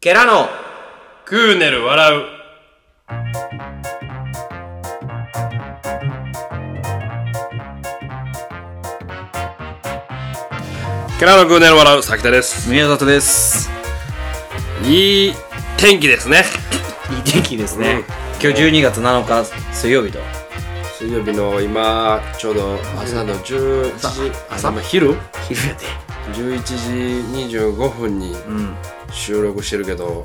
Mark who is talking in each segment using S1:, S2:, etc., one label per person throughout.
S1: ケラの
S2: クーネル笑う。ケラのクーネル笑う、崎田です。
S1: 宮里です。
S2: いい天気ですね。
S1: いい天気です
S2: うん
S1: ね。今日12月7日水曜日と。
S2: 水曜日の今、ちょうど朝の11時、朝の昼
S1: 昼やで。
S2: ?11 時25分に
S1: うん。うん。
S2: 収録してるけど、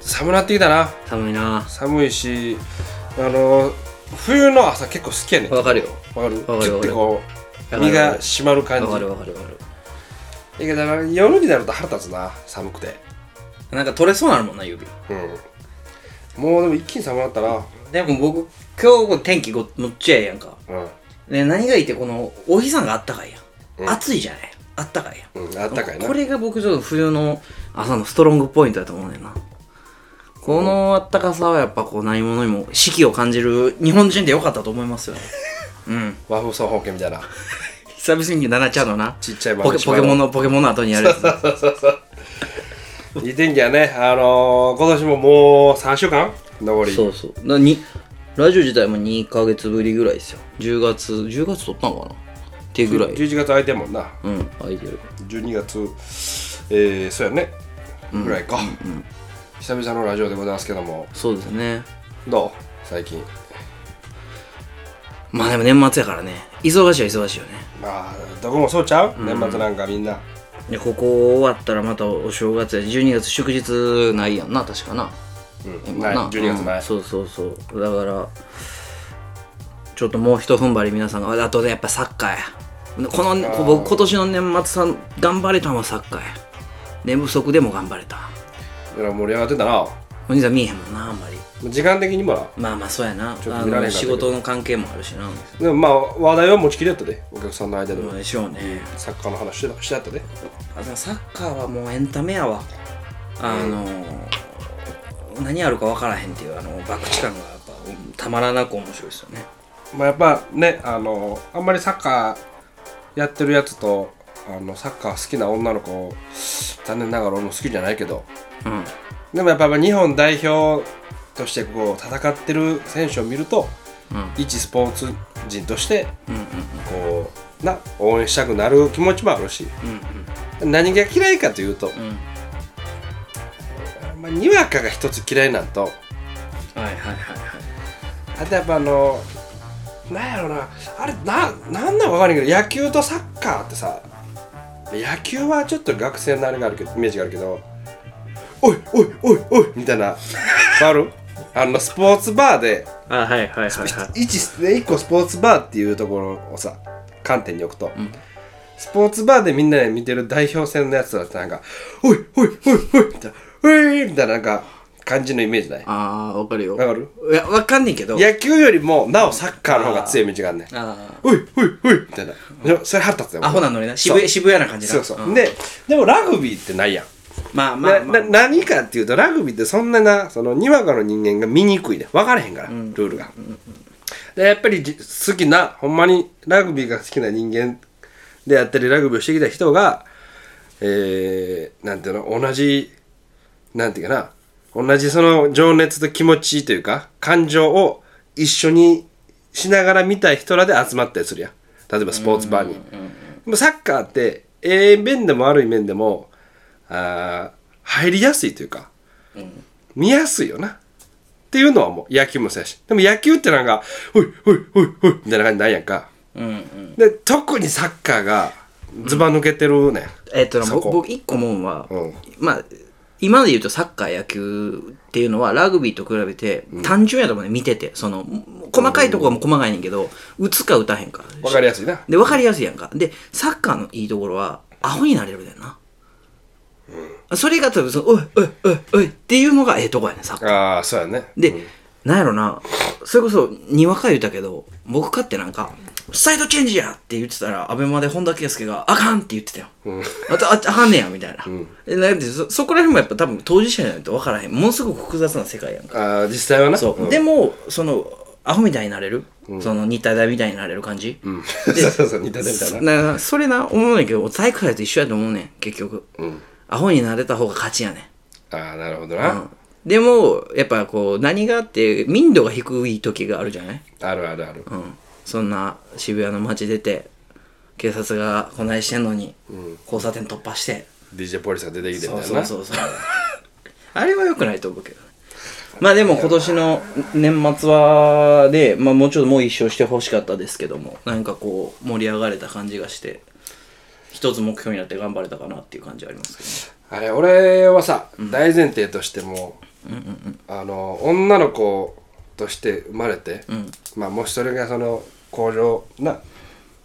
S2: 寒なってきたな。
S1: 寒いな。
S2: 寒いし、あの、冬の朝結構好きやねん。
S1: わかるよ。
S2: わかる
S1: わかる
S2: キュッて
S1: わ
S2: こう
S1: かる
S2: 身が締まる感
S1: わ
S2: じ
S1: かるわかるわかる。
S2: いやだから夜になると腹立つな寒くて
S1: なんか取れそうなるもんな、指。
S2: うんもうでも一気に寒くなったな
S1: でも僕、今日こう天気ごもっちゃええやんか。
S2: う
S1: ね、何がいいって、この、お日さんがあったかいやん。
S2: うん
S1: 暑いじゃないあったかいやん。
S2: ん、うん、あったかいな
S1: これが僕ちょっと冬の朝のストロングポイントだと思うねんなこのあったかさはやっぱこう何者にも四季を感じる日本人でよかったと思い ますよねうん
S2: 和風総本家みたいな
S1: 久々に奈々ちゃんのな
S2: ちっちゃい
S1: ポケポケモンのポケモンの後にやるやつ
S2: のいい天気やねあのー、今年ももう3週間残り
S1: そうそうなにラジオ自体も2ヶ月ぶりぐらいですよ10月10月撮ったのかなってぐらい
S2: 11月空いてんもんな
S1: うん空いてる
S2: 12月えー、そうやねぐらいか、久々のラジオでございますけども
S1: そうですね
S2: どう最近
S1: まあでも年末やからね忙しいは忙しいよね
S2: まあどこもそうちゃう、年末なんかみんな
S1: でここ終わったらまたお正月や12月祝日ないやんな確かな
S2: うんない12月
S1: う
S2: なんい、
S1: そうそうそうだからちょっともう一踏ん張り皆さんがああとねやっぱサッカーやこのこ僕今年の年末さん頑張れたのはサッカーや寝不足でも頑張れた
S2: いや盛り上がってたな
S1: お兄さん見えへんもんなあんまり
S2: 時間的にもな
S1: まあまあそうやな
S2: ちょっ
S1: あ
S2: と見ら
S1: の
S2: れなかった
S1: 仕
S2: けど
S1: 事の関係もあるしな
S2: でもまあ話題は持ちきりやったでお客さんの間で
S1: ど
S2: も、
S1: うでしょうね
S2: サッカーの話してたしてたで
S1: あでもサッカーはもうエンタメやわあの何やるか分からへんっていうあの博打感がやっぱたまらなく面白いですよね
S2: まあやっぱねあのあんまりサッカーやってるやつとあのサッカー好きな女の子残念ながら俺も好きじゃないけど
S1: うん
S2: でもやっぱ日本代表としてこう戦ってる選手を見ると、
S1: うん
S2: 一スポーツ人として
S1: うんうん
S2: こうな応援したくなる気持ちもあるし
S1: うん
S2: 何が嫌いかというと、
S1: うんうん
S2: まあ、にわかが一つ嫌いなんと
S1: はいはいはいはい
S2: あとやっぱあのなんやろなあれななんなんわかんないけど野球とサッカーってさ野球はちょっと学生のあれがあるけどイメージがあるけどおいおいおいおいみたいなわかる あのスポーツバーで
S1: あはいはいはいはい
S2: 一一個スポーツバーっていうところをさ観点に置くと、スポーツバーでみんなで見てる代表戦のやつだってなんか「おいおいおいおい」みたいな「おい」みたいななんか感じのイメージないわ
S1: ああわかるよ
S2: かる
S1: いやわかんねえけど
S2: 野球よりもなおサッカーの方が強い道があるね
S1: あ
S2: おいおいおいみたいなでもそれ腹立つよ
S1: ーアホなのにな渋谷渋谷な感じな
S2: そうそう、
S1: ん
S2: ででもラグビーってないやん、
S1: まあまあまあ
S2: なな何かっていうとラグビーってそんななそのにわかの人間が見にくいね分からへんから、ルールが、でやっぱりじ好きなほんまにラグビーが好きな人間であったりラグビーをしてきた人がえー、なんていうの同じなんていうかな同じその情熱と気持ちというか感情を一緒にしながら見たい人らで集まったりするやん例えばスポーツバーに。でもサッカーってええ面でも悪い面でもあー入りやすいというか、見やすいよなっていうのはもう野球もそうやしでも野球ってなんか「おいおいおいおい」みたいな感じないやんか。
S1: うんうん
S2: で特にサッカーがずば抜けてるねん、
S1: えっとな
S2: そこ
S1: 僕僕一個思うのは
S2: うん
S1: まあ今まで言うとサッカー野球っていうのはラグビーと比べて単純やと思うね見ててその細かいところも細かいねんけど打つか打たへんか
S2: わかりやすいな
S1: で分かりやすいやんかでサッカーのいいところはアホになれるだよな、それが多分その「おいおいおいおい」っていうのがええとこやねんサッカー
S2: ああそうやね
S1: で、なんやろなそれこそにわか言うたけど僕かってなんか「サイドチェンジや!」って言ってたらアベマで本田圭佑が「あかん!」って言ってたよ、あとああかんねやみたいな,、えなんでそそこら辺もやっぱ多分当事者じゃないと分からへんものすごく複雑な世界やんか
S2: あー実際はな
S1: そう、
S2: ん
S1: でもそのアホみたいになれる、その日体大みたいになれる感じ、
S2: うん そうそうそう似た似たな
S1: なそれな思うねんけど体育祭と一緒やと思うねん結局、アホになれた方が勝ちやねん
S2: ああなるほどな、
S1: でもやっぱこう何があって民度が低い時があるじゃない、
S2: あるあるある、
S1: うん、そんな渋谷の街出て警察がこないしてんのに、交差点突破して
S2: DJ ポリスが出てきてみた
S1: そ
S2: いうな
S1: そうそうそう あれは良くないと思うけどねまあでも今年の年末はで、まあ、もうちょっともう一生してほしかったですけどもなんかこう盛り上がれた感じがして一つ目標になって頑張れたかなっていう感じはありますけどね
S2: あれ俺はさ、大前提としても、あの女の子として生まれて、まあもしそれがその向上な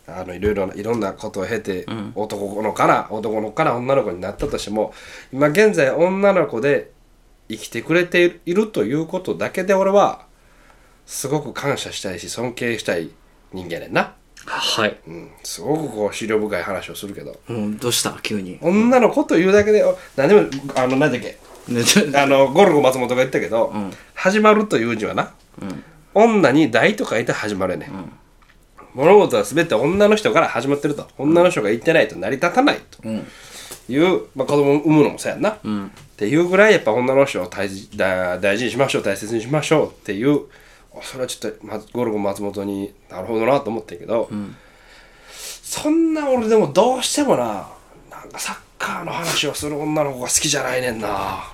S2: あのいろいろないろんなことを経て、男の子から男の子から女の子になったとしても今現在女の子で生きてくれているいるということだけで俺はすごく感謝したいし尊敬したい人間やねんな、
S1: はい、
S2: うん、すごくこう資料深い話をするけど
S1: うん、どうした急に
S2: 女の子というだけでお何でもあの何だっけ
S1: ねちょ
S2: あのゴルゴ松本が言ったけど、始まるという字はな、女に大と書いて始まるね、ん、物事は全て女の人から始まってると女の人が言ってないと成り立たないという、まあ、子供を産むのもそうやんな、っていうぐらいやっぱ女の人を大事だ大事にしましょう大切にしましょうっていうあそれはちょっと、ま、ゴルゴ松本になるほどなと思ったけど、そんな俺でもどうしてもななんかサッカーの話をする女の子が好きじゃないねんな。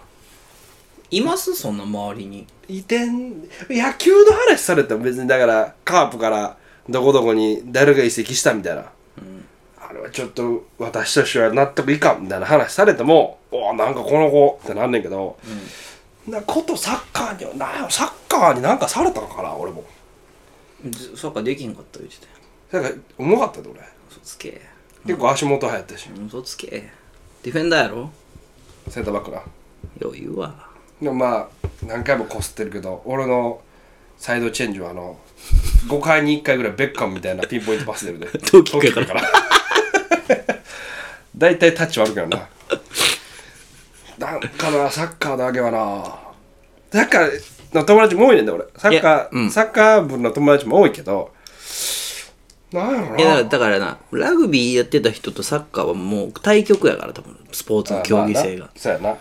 S1: いますそんな周りに
S2: 移転野球の話されても別にだからカープからどこどこに誰が移籍したみたいな、あれはちょっと私としては納得いかんみたいな話されてもおーなんかこの子ってなんねんけど、なことサッカーにはなんやサッカーになんかされたんかな俺も
S1: ずそっかできんかった言うてたよ
S2: なんか重かったで俺
S1: 嘘つけ
S2: 結構足元流行ったし、
S1: 嘘つけディフェンダーやろ
S2: センターバックな
S1: 余裕は
S2: でもまあ何回もこすってるけど俺のサイドチェンジはあの5回に1回ぐらいベッカムみたいなピンポイントパス出 るで
S1: トーキックやから
S2: トーキックやから 大体タッチ悪くなるななんかなサッカーだけはなサッカーの友達も多いねんだ俺サッカー、
S1: いやうん
S2: サッカー部の友達も多いけどなんやろ
S1: いや
S2: な
S1: だからだからなラグビーやってた人とサッカーはもう対局やから多分スポーツの競技性が、
S2: まあなそうやな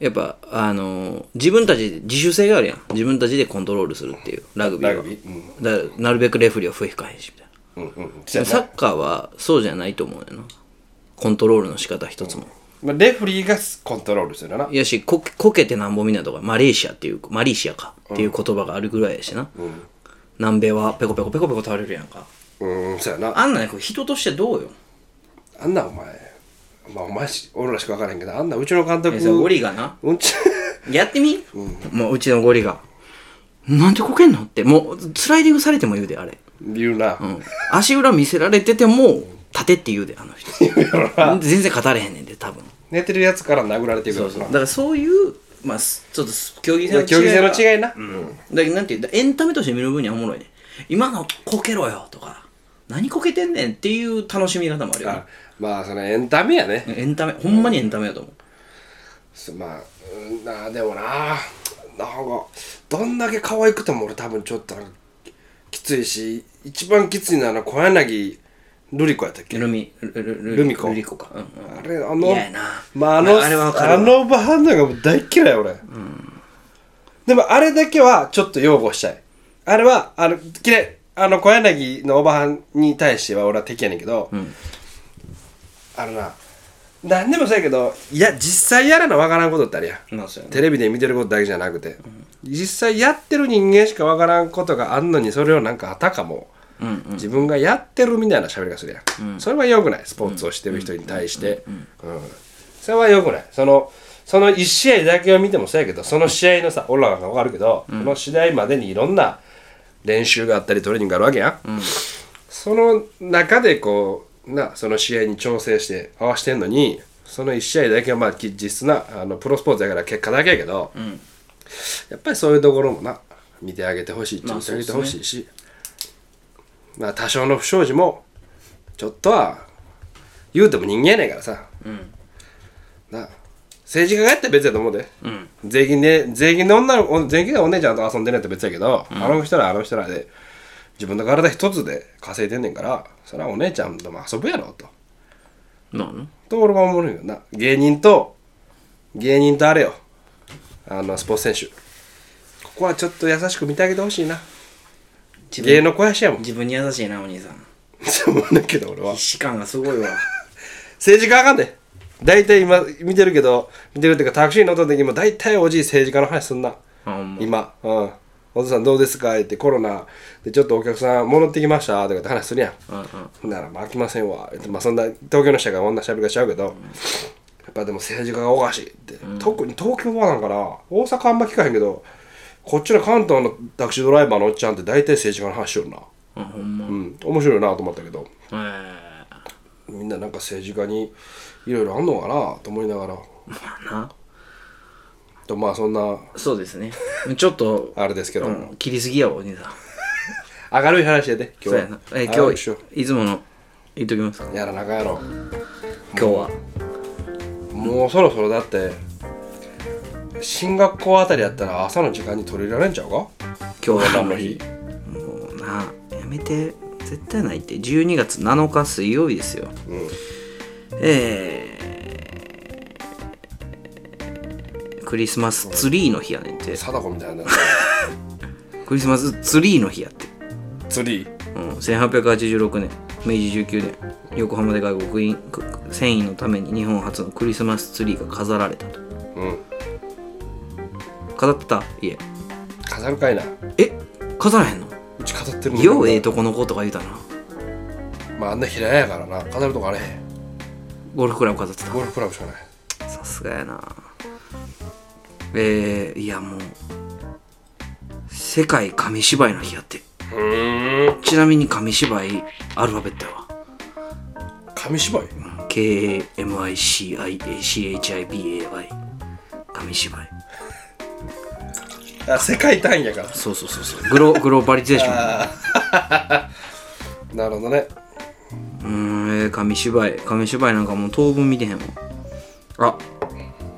S1: やっぱあのー自分たちで自主性があるやん自分たちでコントロールするっていうラグビーは
S2: ラグビー
S1: だからなるべくレフェリーは笛吹かへんしみたいな
S2: うんうん
S1: で
S2: そう
S1: も
S2: や
S1: サ
S2: な
S1: ッカーはそうじゃないと思うよなコントロールの仕方一つも、
S2: まあレフリーがコントロールするよない
S1: やしここけてなんぼみたいなとかマレーシアっていうマリーシアかっていう言葉があるぐらいやしな、南米はペコペコペコペコ倒れるやんか
S2: うんそうやな
S1: あんなんこれ人としてどうよ
S2: あんなお前、まあお前し、俺らしか分からへんけど、あんなうちの監督、
S1: えそれゴリがな
S2: うんち、
S1: やってみ、もううちのゴリがなんでこけんのってもうスライディングされても言うであれ、
S2: 言うな。
S1: うん、足裏見せられてても立て って言うであの人全然語れへんねんで多分
S2: 寝てるやつから殴られていくからな。
S1: だからそういうまあすちょっとす競技性の違い
S2: 競技性
S1: が
S2: の違いな。
S1: だけどなんていうエンタメとして見る分にはおもろいね今のこけろよとか何こけてんねんっていう楽しみ方もあるよね
S2: あまあ、そのエンタメやね。
S1: エンタメほんまにエンタメだと思う
S2: そまあ、うんなあ、でもな、なんか、どんだけ可愛くても俺多分ちょっと、きついし、一番きついのはあの小柳瑠璃子やったっけ
S1: ルミルルル
S2: ルミ子
S1: ルミ子か、うんうん
S2: あれ、あの
S1: 嫌やな、
S2: まあ、あの、
S1: あれはわかるわ
S2: あのバーンナーがもう大っ嫌い、俺。でも、あれだけはちょっと擁護したい。あれは、あの、嫌い。あの、小柳のおばはんに対しては俺は敵やねんけど、あのな、なんでもそうやけど、いや、実際やらなわからんことってあるやん。
S1: まあそうやね
S2: テレビで見てることだけじゃなくて、実際やってる人間しかわからんことがあんのにそれをなんかあたかも、自分がやってるみたいな喋りがするやん、それは良くないスポーツをしてる人に対して、うんそれは良くないそのその1試合だけを見てもそうやけどその試合のさ俺らがわかるけど、この試合までにいろんな練習があったりトレーニングがあるわけやん、その中でこうなその試合に調整して合わせてんのにその1試合だけはまあき実質なあのプロスポーツだから結果だけやけど、やっぱりそういうところもな見てあげてほしいっちゃ見てあげてほしいし、まあ多少の不祥事もちょっとは言うても人間やねんからさ、な政治家がやったら別やと思うで、税金で税金で女のお税金でお姉ちゃんと遊んでるやったら別やけど、あの人らあの人らで自分の体一つで稼いでんねんからそれはお姉ちゃんとも遊ぶやろと
S1: まあな
S2: と俺は思うねんけどな芸人と芸人とあれよあのスポーツ選手ここはちょっと優しく見てあげてほしいな
S1: 自
S2: 芸
S1: 分
S2: の肥やしやもん
S1: 自分に優しいなお兄さん
S2: そう思うねんけど俺は
S1: 必死感がすごい わ
S2: 政治家あかんで大体今見てるけど見てるっていうかタクシー乗った時も大体おじい政治家の話すんな
S1: あほんま
S2: 今、うん、お父さんどうですかってコロナでちょっとお客さん戻ってきましたとかって話するやん
S1: うんうん
S2: ほんならまあ飽きませんわ言ってまあそんな東京の人が女しゃべりがしちゃうけど、やっぱでも政治家がおかしいって、特に東京はなんかな大阪あんま聞かへんけどこっちの関東のタクシードライバーのおっちゃんって大体政治家の話しよるな
S1: あほんま
S2: うん面白いなと思ったけど
S1: えー
S2: みんななんか政治家にいろいろあんのかなと思いながら
S1: まあな
S2: とまあそんな
S1: そうですねちょっと
S2: あれですけど、
S1: うん切りすぎやわお兄さん
S2: 明るい話やで今
S1: そうや
S2: 日
S1: な
S2: は
S1: え
S2: 明
S1: 今
S2: るいし
S1: 日
S2: よ
S1: いつもの言っときます
S2: うやらなあかんやろ
S1: 今日は
S2: もうそろそろだって進学校あたりやったら朝の時間に取り入れられんちゃうか
S1: 今日は
S2: 何の日
S1: もうなやめて絶対ないって12月7日水曜日ですよ
S2: うん
S1: えークリスマスツリーの日やねんて
S2: 貞子みたいな
S1: クリスマスツリーの日やって、
S2: ツリー
S1: うん、1886年明治19年横浜で外国員く繊維のために日本初のクリスマスツリーが飾られたと
S2: うん
S1: 飾ってたいえ
S2: 飾るかいな
S1: え飾らへんの
S2: うち飾ってるの
S1: ようええとこの子とか言うたな
S2: まああんな平屋やからな飾るとこあれへん
S1: ゴルフクラブ飾ってた
S2: ゴルフクラブしかない
S1: さすがやなえー、いやもう世界紙芝居の日やって
S2: うーん
S1: ちなみに紙芝居アルファベットやわ
S2: 紙芝居
S1: KAMICIACHIBAY 紙芝居
S2: あ世界単位やから
S1: そうそうそうそうグ ログローバリゼーション
S2: なるほどね
S1: うーん、えー、紙芝居紙芝居なんかもう当分見てへんわあ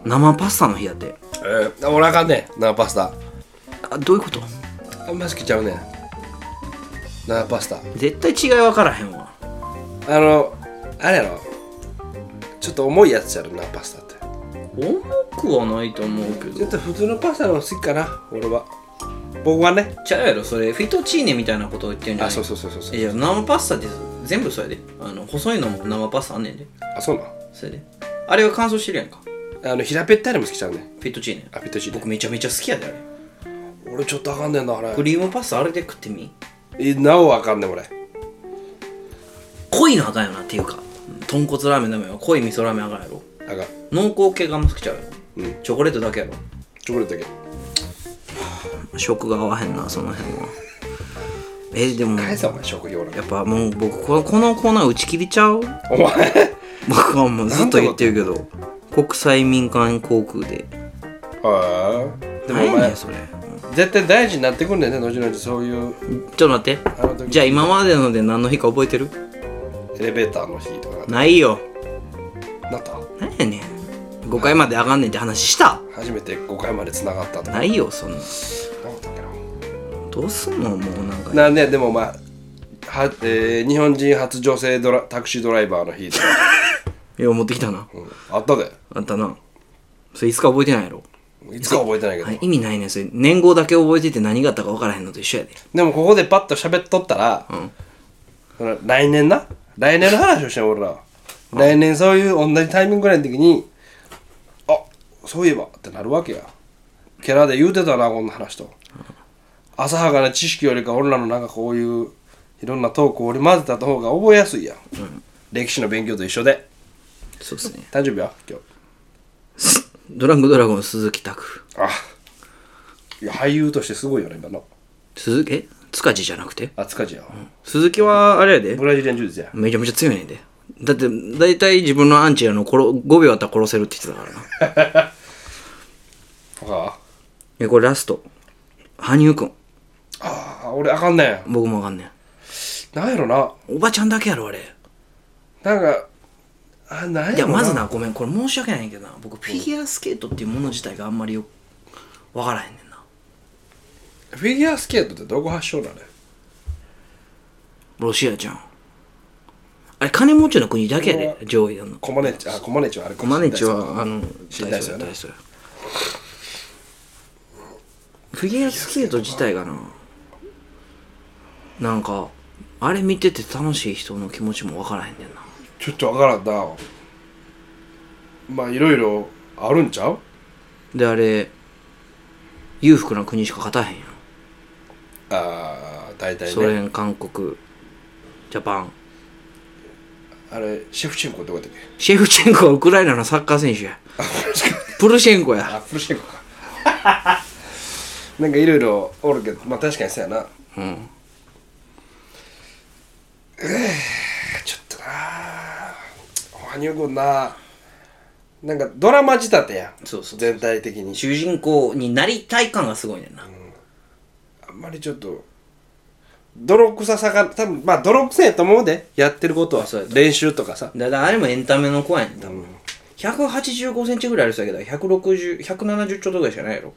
S1: 生パスタの日やって
S2: えー、俺あかんね生パスタ
S1: あどういうこと
S2: あんま好きちゃうね生パスタ
S1: 絶対違い分からへんわ
S2: あのあれやろちょっと重いやつやろ生パスタって
S1: 重くはないと思うけ
S2: ち
S1: ど
S2: ょっと普通のパスタの方が好きかな俺は僕はね
S1: ちゃうやろそれフィトチーネみたいなことを言ってんじゃない
S2: あそうそうそうそうそう
S1: いや生パスタって全部それであの細いのも生パスタあんねんで
S2: あそうな
S1: それであれは乾燥してるやんか
S2: んあの平べったいのも好きちゃうね
S1: フィットチーネ
S2: あピットチー
S1: 僕めちゃめちゃ好きやであれ
S2: ネ俺ちょっとあかんねんなあれ
S1: クリームパスタあれで食ってみ
S2: えなおあかんねん俺
S1: 濃いのあかんよなっていうか豚骨ラーメンダメよ濃い味噌ラーメンあかんやろ
S2: あかん
S1: 濃厚系があんま好きちゃうよ、
S2: うん
S1: チョコレートだけやろ
S2: チョコレートだけ
S1: 食が合わへんなその辺はえでも
S2: 返せお前職業俺
S1: やっぱもう僕このこのコーナー打ち切りちゃう
S2: お前
S1: 僕はもうずっと言ってるけど国際民間航空で
S2: はあでもお
S1: 何やね
S2: 前
S1: んそれ
S2: 絶対大事になってくんねんね後々そういう
S1: ちょっと待って
S2: あの時
S1: じゃあ今までので何の日か覚えてる
S2: エレベーターの日とか
S1: ないよ
S2: なった
S1: 何やねん5回まで上がんねんって話した
S2: 初めて5回まで繋がったとか
S1: ないよそんな
S2: なかったっけな
S1: どうすんのもうなんか
S2: なんででもまあは、えー日本人初女性ドラタクシードライバーの日とか、
S1: いや持ってきたな
S2: うんあったで
S1: あったなそれいつか覚えてないやろ
S2: いつか覚えてないけど、
S1: あ意味ないねんそれ年号だけ覚えてて何があったか分からへんのと一緒やで
S2: でもここでパッと喋っとったら、
S1: ん
S2: その来年な来年の話をしてん俺ら、来年そういう同じタイミングぐらいの時にあそういえばってなるわけやケラで言うてたなこんな話と、浅はかな知識よりか俺らのなんかこういういろんなトークを織り交ぜた方が覚えやすいやん、歴史の勉強と一緒で
S1: そうっすね
S2: 誕生日は今日
S1: ドランクドラゴン鈴木拓
S2: あいや俳優としてすごいよね今の
S1: 鈴木え塚地じゃなくて
S2: あつかじや、
S1: 鈴木はあれやで
S2: ブラジリアン柔術や
S1: めちゃめちゃ強いねんでだって大体自分のアンチやの殺5秒あったら殺せるって言ってたからな
S2: あ
S1: えこれラスト羽生くん
S2: あ俺あかんねん
S1: 僕もわかんね
S2: なんやろな
S1: おばちゃんだけやろあれい
S2: なんかあなんや
S1: や
S2: ろな
S1: まずなごめんこれ申し訳ないんやけどな僕フィギュアスケートっていうもの自体があんまりよわからへんねんな
S2: フィギュアスケートってどこ発祥なの
S1: ロシアじゃんあれ金持ちの国だけやで上位なの
S2: コマネチあコマネチはあれか
S1: コマネチはあの
S2: 新体操やな
S1: 体操やフィギュアスケート自体がななんかあれ見てて楽しい人の気持ちも分からへんねんな
S2: ちょっとわからんなまあいろいろあるんちゃう
S1: であれ裕福な国しか勝たへんやん
S2: ああ大体
S1: ソ
S2: ね
S1: 連韓国ジャパン
S2: あれシェフチェンコどこやったっ
S1: シェフチェンコはウクライナのサッカー選手や
S2: け
S1: プルシェンコや
S2: あプルシェンコか なんかいろいろおるけどまあ確かにそうやな
S1: うん
S2: ちょっとな羽生君ななんかドラマ仕立てやん
S1: そうそう
S2: 全体的に
S1: 主人公になりたい感がすごいねんな、
S2: あんまりちょっと泥臭さが多分まあ泥臭いと思うでやってることは
S1: そうやと
S2: 練習とかさ
S1: だからあれもエンタメの子やねん多分、185センチぐらいある人やけど160170ちょっとぐらいしかないやろ、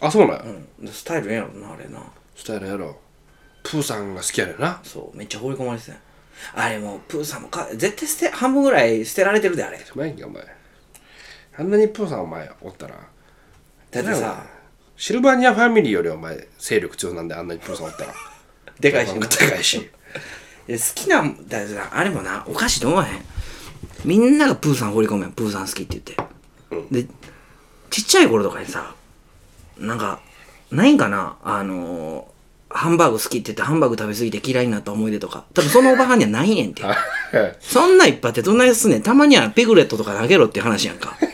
S2: あそうなんや、
S1: うん、スタイルええやろなあれな
S2: スタイルやろプーさんが好きやねんな
S1: そうめっちゃ放り込まれてたやんあれもうプーさんもか絶対捨て半分ぐらい捨てられてるであれ
S2: うまいんかお前あんなにプーさんお前おったら
S1: だってさ
S2: シルバニアファミリーよりお前勢力強なんであんなにプーさんおったら
S1: でかいしな
S2: でかいし
S1: で好きなんだってさあれもなおかしいと思わへんみんながプーさん放り込むやんプーさん好きって言って、でちっちゃい頃とかにさなんかないんかなあのーハンバーグ好きって言ってハンバーグ食べ過ぎて嫌いになった思い出とか多分そのおばはん にはないねんってそんなんいっぱいあってどんなやつねんたまにはピグレットとか投げろっていう話やんか
S2: い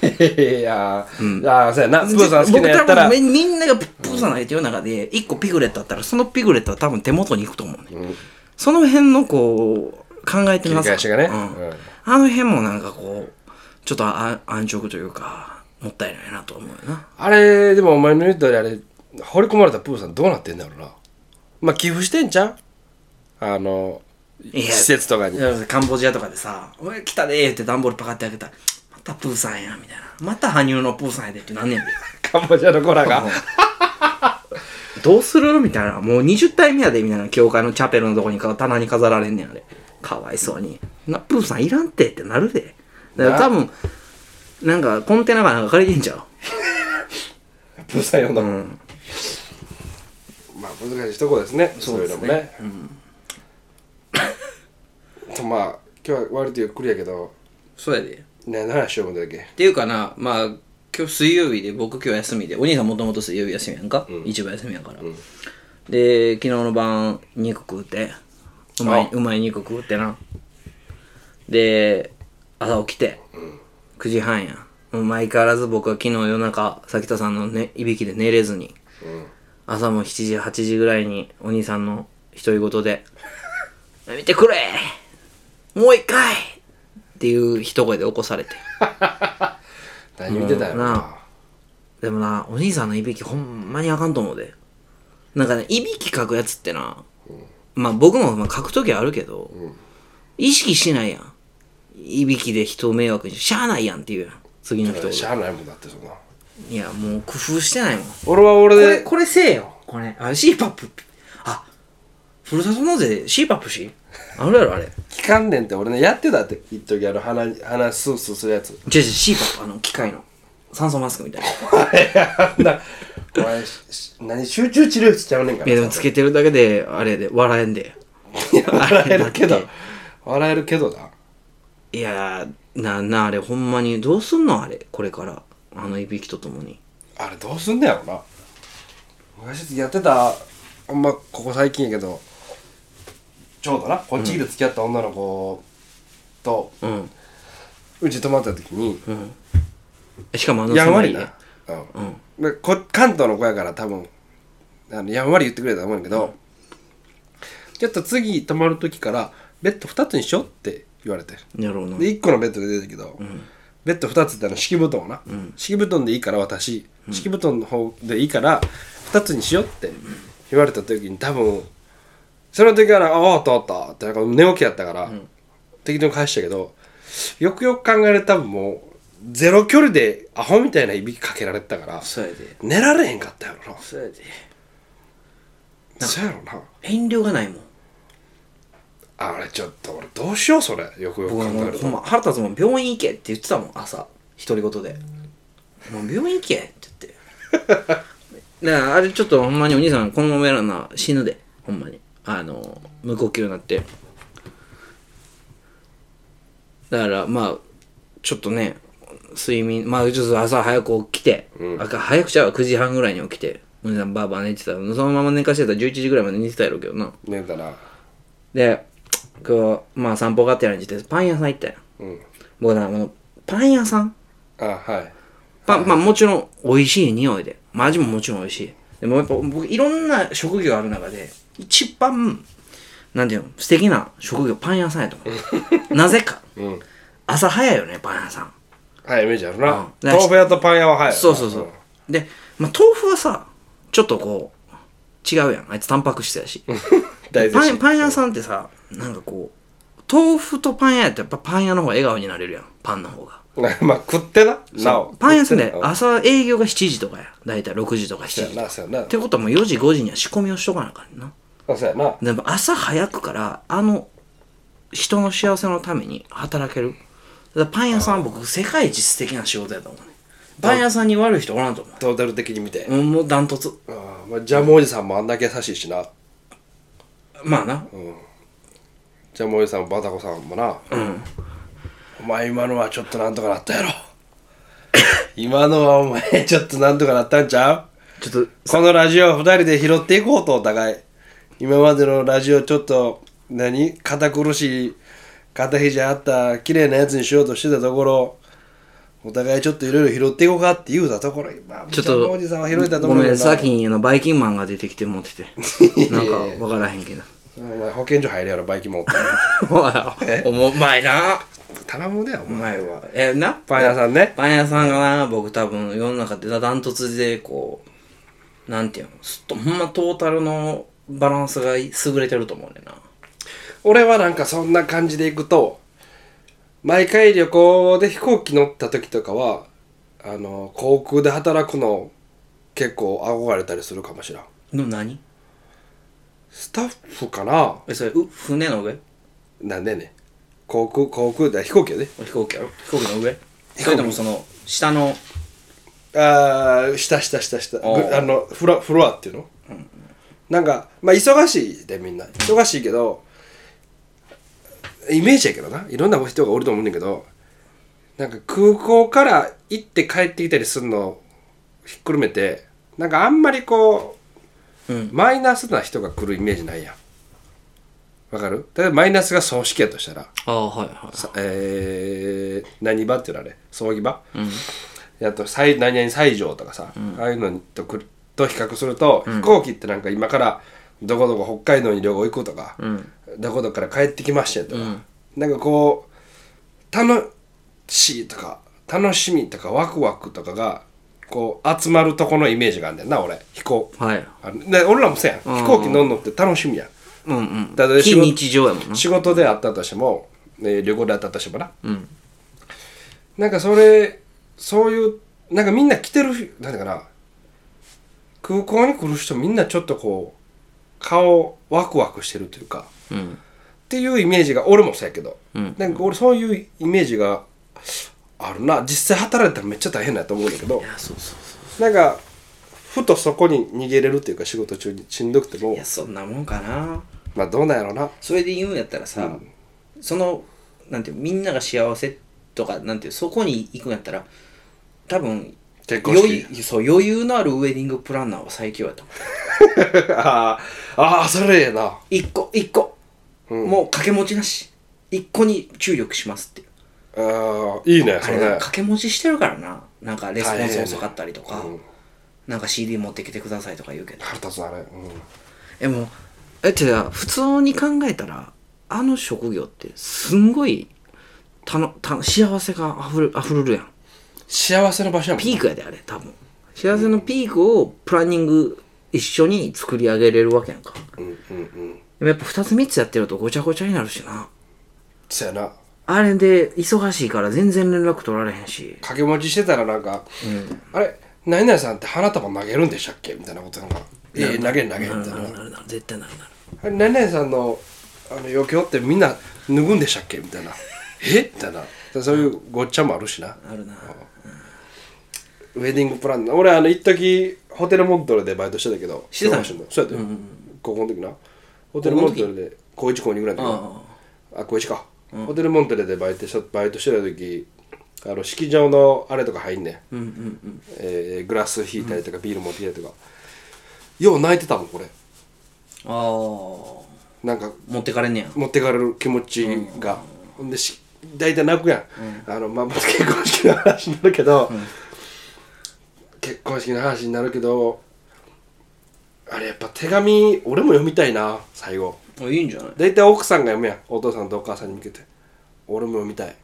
S2: やー、ああそうやなプーさん好きなやったら
S1: 僕多分みんながプーさん投げてる中で一個ピグレットあったらそのピグレットは多分手元に行くと思うね、その辺のこう考えてみますか
S2: 切り返しがね
S1: うん
S2: うん
S1: あの辺もなんかこうちょっとあ安直というかもったいないなと思うよな
S2: あれでもお前の言うとりあれ放り込まれたプーさんどうなってんだろうなまあ寄付してんじゃんあの
S1: いや
S2: 施設とかに
S1: いやカンボジアとかでさ「おい来たで」って段ボールパカって開けたら「またプーさんや」みたいな「また羽生のプーさんやで」ってなんねんで
S2: カンボジアの子らが
S1: どうするみたいなもう20体目やでみたいな教会のチャペルのとこにか棚に飾られんねんあれかわいそうになプーさんいらんてってなるでだから多分なんかコンテナがなんか借りてんちゃう
S2: プーさん呼んだ、
S1: ん
S2: まあ難しいとこですねそういうのもね、とまあ今日は割とゆっくりやけど
S1: そうやで
S2: ね何話しようもんだっけ
S1: っていうかなまあ今日水曜日で僕今日休みでお兄さんもともと水曜日休みやんか、一番休みやから、で昨日の晩肉食うてうま
S2: あ
S1: い
S2: あ
S1: うまい肉食うてなで朝起きて、9時半やもう相変わらず僕は昨日夜中咲田さんの、ね、いびきで寝れずに、朝も7時8時ぐらいにお兄さんの独り言で「見てくれもう一回!」っていう一声で起こされて
S2: 何見てたんやろ
S1: うんなでもな、お兄さんのいびきほんまにあかんと思うで。なんかね、いびきかくやつってな、まあ僕もまあ書くときあるけど、意識しないやん。いびきで人を迷惑にししゃあないやんって言うやん。次の人
S2: しゃあないもんだってそんない
S1: や、もう工夫してないもん。こ
S2: 俺は俺
S1: れ、
S2: で
S1: これせえよ。これ、あ、CPAP。あ、ふるさと納税 CPAP しあるやろ、あれ。
S2: 期間んねんって俺ねやってたって一時あの鼻に鼻スースーする やつ
S1: じゃじゃ CPAP、あの、機械の。酸素マスクみたいな。
S2: あんなお前しし何集中治療室ちゃうねんか
S1: い
S2: ら
S1: や、でもつけてるだけで、あれで、笑えんで。
S2: 笑えるけ
S1: あれだ
S2: ど
S1: って
S2: 笑えるけどない
S1: やーななあれほんまにどうすんのあれこれからあのいびきとともに
S2: あれどうすんねやろな昔やってたあんまここ最近やけどちょうどなこっちいる付き合った女の子と
S1: うん
S2: うち泊まった時に
S1: しかもあの
S2: やん
S1: 狭
S2: わり
S1: い
S2: な、
S1: ね
S2: うんでこ関東の子やから多分あのやんわり言ってくれたと思うんやけど、ちょっと次泊まる時からベッド2つにしようって言われて
S1: やろうな
S2: で1個のベッドで出てたけど、ベッド2つってあの敷布団をな、敷布団でいいから私、敷布団の方でいいから2つにしようって言われた時に多分その時から「ああったあった」ってなんか寝起きやったから、適当に返したけどよくよく考えると多分もうゼロ距離でアホみたいないびきかけられてたから
S1: そうやで
S2: 寝られへんかったやろ
S1: そうやで
S2: なそうやろな
S1: 遠慮がないもん
S2: あれちょっと俺どうしようそれよくよく
S1: 僕
S2: 考
S1: はも
S2: え
S1: う
S2: る
S1: ほ
S2: と
S1: んま腹立つもん病院行けって言ってたもん朝独り言で「もう病院行け」って言って だからあれちょっとほんまにお兄さんこのままやらな死ぬでほんまにあの無呼吸になってだからまあちょっとね睡眠まあちょっと朝早く起きて、朝早くちゃうわ9時半ぐらいに起きてお兄さんばあば寝てたそのまま寝かしてたら11時ぐらいまで寝てたやろうけどな
S2: ねえだな
S1: でこうまあ散歩がてらにしてパン屋さん行ったやん
S2: うん
S1: 僕なんかもうパン屋さん
S2: あはい
S1: パン、まあもちろん美味しい匂いで。まあ味ももちろん美味しい。でもやっぱ僕いろんな職業ある中で、一番、なんていうの、素敵な職業パン屋さんやと思 う。なぜか。
S2: うん
S1: 朝早いよね、パン屋さん。
S2: はいイメージあるな、
S1: うん
S2: 豆腐屋とパン屋ははい
S1: そうそうそう。で、まあ豆腐はさ、ちょっとこう、違うやん。あいつタンパク質やし。
S2: 大事
S1: パンパン屋さんってさ、なんかこう、豆腐とパン屋やってやっぱパン屋の方が笑顔になれるやん。パンの方が。
S2: まあ食ってななお
S1: パン屋さんで
S2: 食ってな
S1: 朝営業が7時とかや大体6時とか
S2: そう
S1: 7
S2: や
S1: 時
S2: なそうやな
S1: ってことはもう4時5時には仕込みをしとかなあかんねんな
S2: あそうやな
S1: でも朝早くからあの人の幸せのために働けるだからパン屋さんは僕世界一素敵な仕事やと思うねパン屋さんに悪い人おらんと思
S2: トータル的に見て、
S1: うもうもうダントツ
S2: あーまあ、ジャムおじさんもあんだけ優しいしな
S1: まあな
S2: ジャムおじさんもバタコさんもな、お前今のはちょっとなんとかなったやろ 今のはお前ちょっとなんとかなったんちゃう
S1: ちょっと
S2: このラジオ二人で拾っていこうとお互い今までのラジオちょっと何堅苦しい肩肘あった綺麗なやつにしようとしてたところお互いちょっといろいろ拾っていこうかって言うたところ今
S1: ちょっ
S2: ジャ
S1: と
S2: ムおじさんは拾えたと
S1: ご
S2: 思う
S1: めんさっ
S2: な
S1: きのバイキンマンが出てきて持って てなんかわからへんけど
S2: お前保健所入るやろバイキン持って
S1: お前な
S2: 頼むでお
S1: お
S2: 前
S1: 前はえな
S2: パン屋さんね
S1: パン屋さんがな僕多分世の中でダントツでこうなんていうのすっとほんまトータルのバランスが優れてると思うねんな
S2: 俺はなんかそんな感じで行くと毎回旅行で飛行機乗った時とかはあの航空で働くの結構憧れたりするかもしれん
S1: の何
S2: スタッフかな
S1: えそれう船の上
S2: なんでね航空航空だ飛行機やで
S1: 飛行機やろ飛行機の上それともその下の
S2: ああ下下下下
S1: おう
S2: ぐあのフロフロアっていうの、なんかまあ忙しいでみんな忙しいけどイメージやけどないろんな人がおると思うねんだけどなんか空港から行って帰ってきたりするのひっくるめてなんかあんまりこう、
S1: うん
S2: マイナスな人が来るイメージないやんわかる例えばマイナスが葬式やとしたら
S1: ああはいはい
S2: さえー何場っていうのあれ葬儀場、あと最何々西条とかさ、ああいうのとくと比較すると、飛行機ってなんか今からどこどこ北海道に旅行行くとか、どこどこから帰ってきましたよとか、なんかこう楽しいとか楽しみとかワクワクとかがこう集まるとこのイメージがあんだよな俺飛行
S1: はい
S2: あで俺らもそうやん飛行機乗んのって楽しみやん
S1: うんうん
S2: だから仕
S1: 非
S2: 事
S1: 日常やもんな
S2: 仕事であったとしても、えー旅行であったとしてもな、なんかそれそういうなんかみんな来てるなんていうかな空港に来る人みんなちょっとこう顔ワクワクしてるというか、
S1: うん
S2: っていうイメージが俺もそうやけど、なんか俺そういうイメージがあるな実際働いたらめっちゃ大変だと思うんだけど
S1: いやそうそうそう
S2: なんかふとそこに逃げれるっていうか仕事中にしんどくても
S1: いやそんなもんかな
S2: まあどうなんやろうな
S1: それで言うんやったらさ、そのなんていうみんなが幸せとかなんていうそこに行くんやったら多分
S2: 結婚式
S1: 余裕そう余裕のあるウェディングプランナーは最強やと思う
S2: あーあーそれええな
S1: 一個一個、もう掛け持ちなし一個に注力しますっていう
S2: ああいいね
S1: あ
S2: そ
S1: れ
S2: れ
S1: な
S2: ね
S1: 掛け持ちしてるからななんかレスポン
S2: 大変
S1: ス
S2: やね
S1: 遅かったりとか、
S2: うん
S1: なんか CD 持ってきてくださいとか言うけど
S2: 腹立つあれ、うん、
S1: えもうえってか普通に考えたらあの職業ってすんごいたのたの幸せがあふれあふれるやん
S2: 幸せの場所やもん
S1: ピークやであれ多分幸せのピークをプランニング一緒に作り上げれるわけやんか
S2: うんうんうん
S1: でもやっぱ2つ3つやってるとごちゃごちゃになるしな
S2: そやな
S1: あれで忙しいから全然連絡取られへんし
S2: 掛け持ちしてたらなんか、あれ何々さんって花束投げるんでしたっけみたいなことなんか「ええ投げん投げん」みたいな
S1: なるなるなる絶対なるなる
S2: 「あれ何々さんのあの余興ってみんな脱ぐんでしたっけみ たいなえみたいなそういうごっちゃもあるしな
S1: あるな
S2: ウェディングプランナー俺あの一時ホテルモントレーでバイトしてたけど
S1: してたんや
S2: そうやって、高校の時なホテルモントレーで高一高二ぐらいの時
S1: あ
S2: なあ高一か、ホテルモントレーでバイトしたバイトしてた時あの式場のあれとか入んねん,、えーグラス引いたりとかビール持ってきたりとか、よう泣いてたもんこれ
S1: ああ持
S2: なんか
S1: ってかれんねや
S2: 持ってかれる気持ちが、ほんでし大体泣くやん、あのまあ結婚式の話になるけど、結婚式の話になるけどあれやっぱ手紙俺も読みたいな最後
S1: あいいんじゃない
S2: 大体奥さんが読むやんお父さんとお母さんに向けて俺も読みたい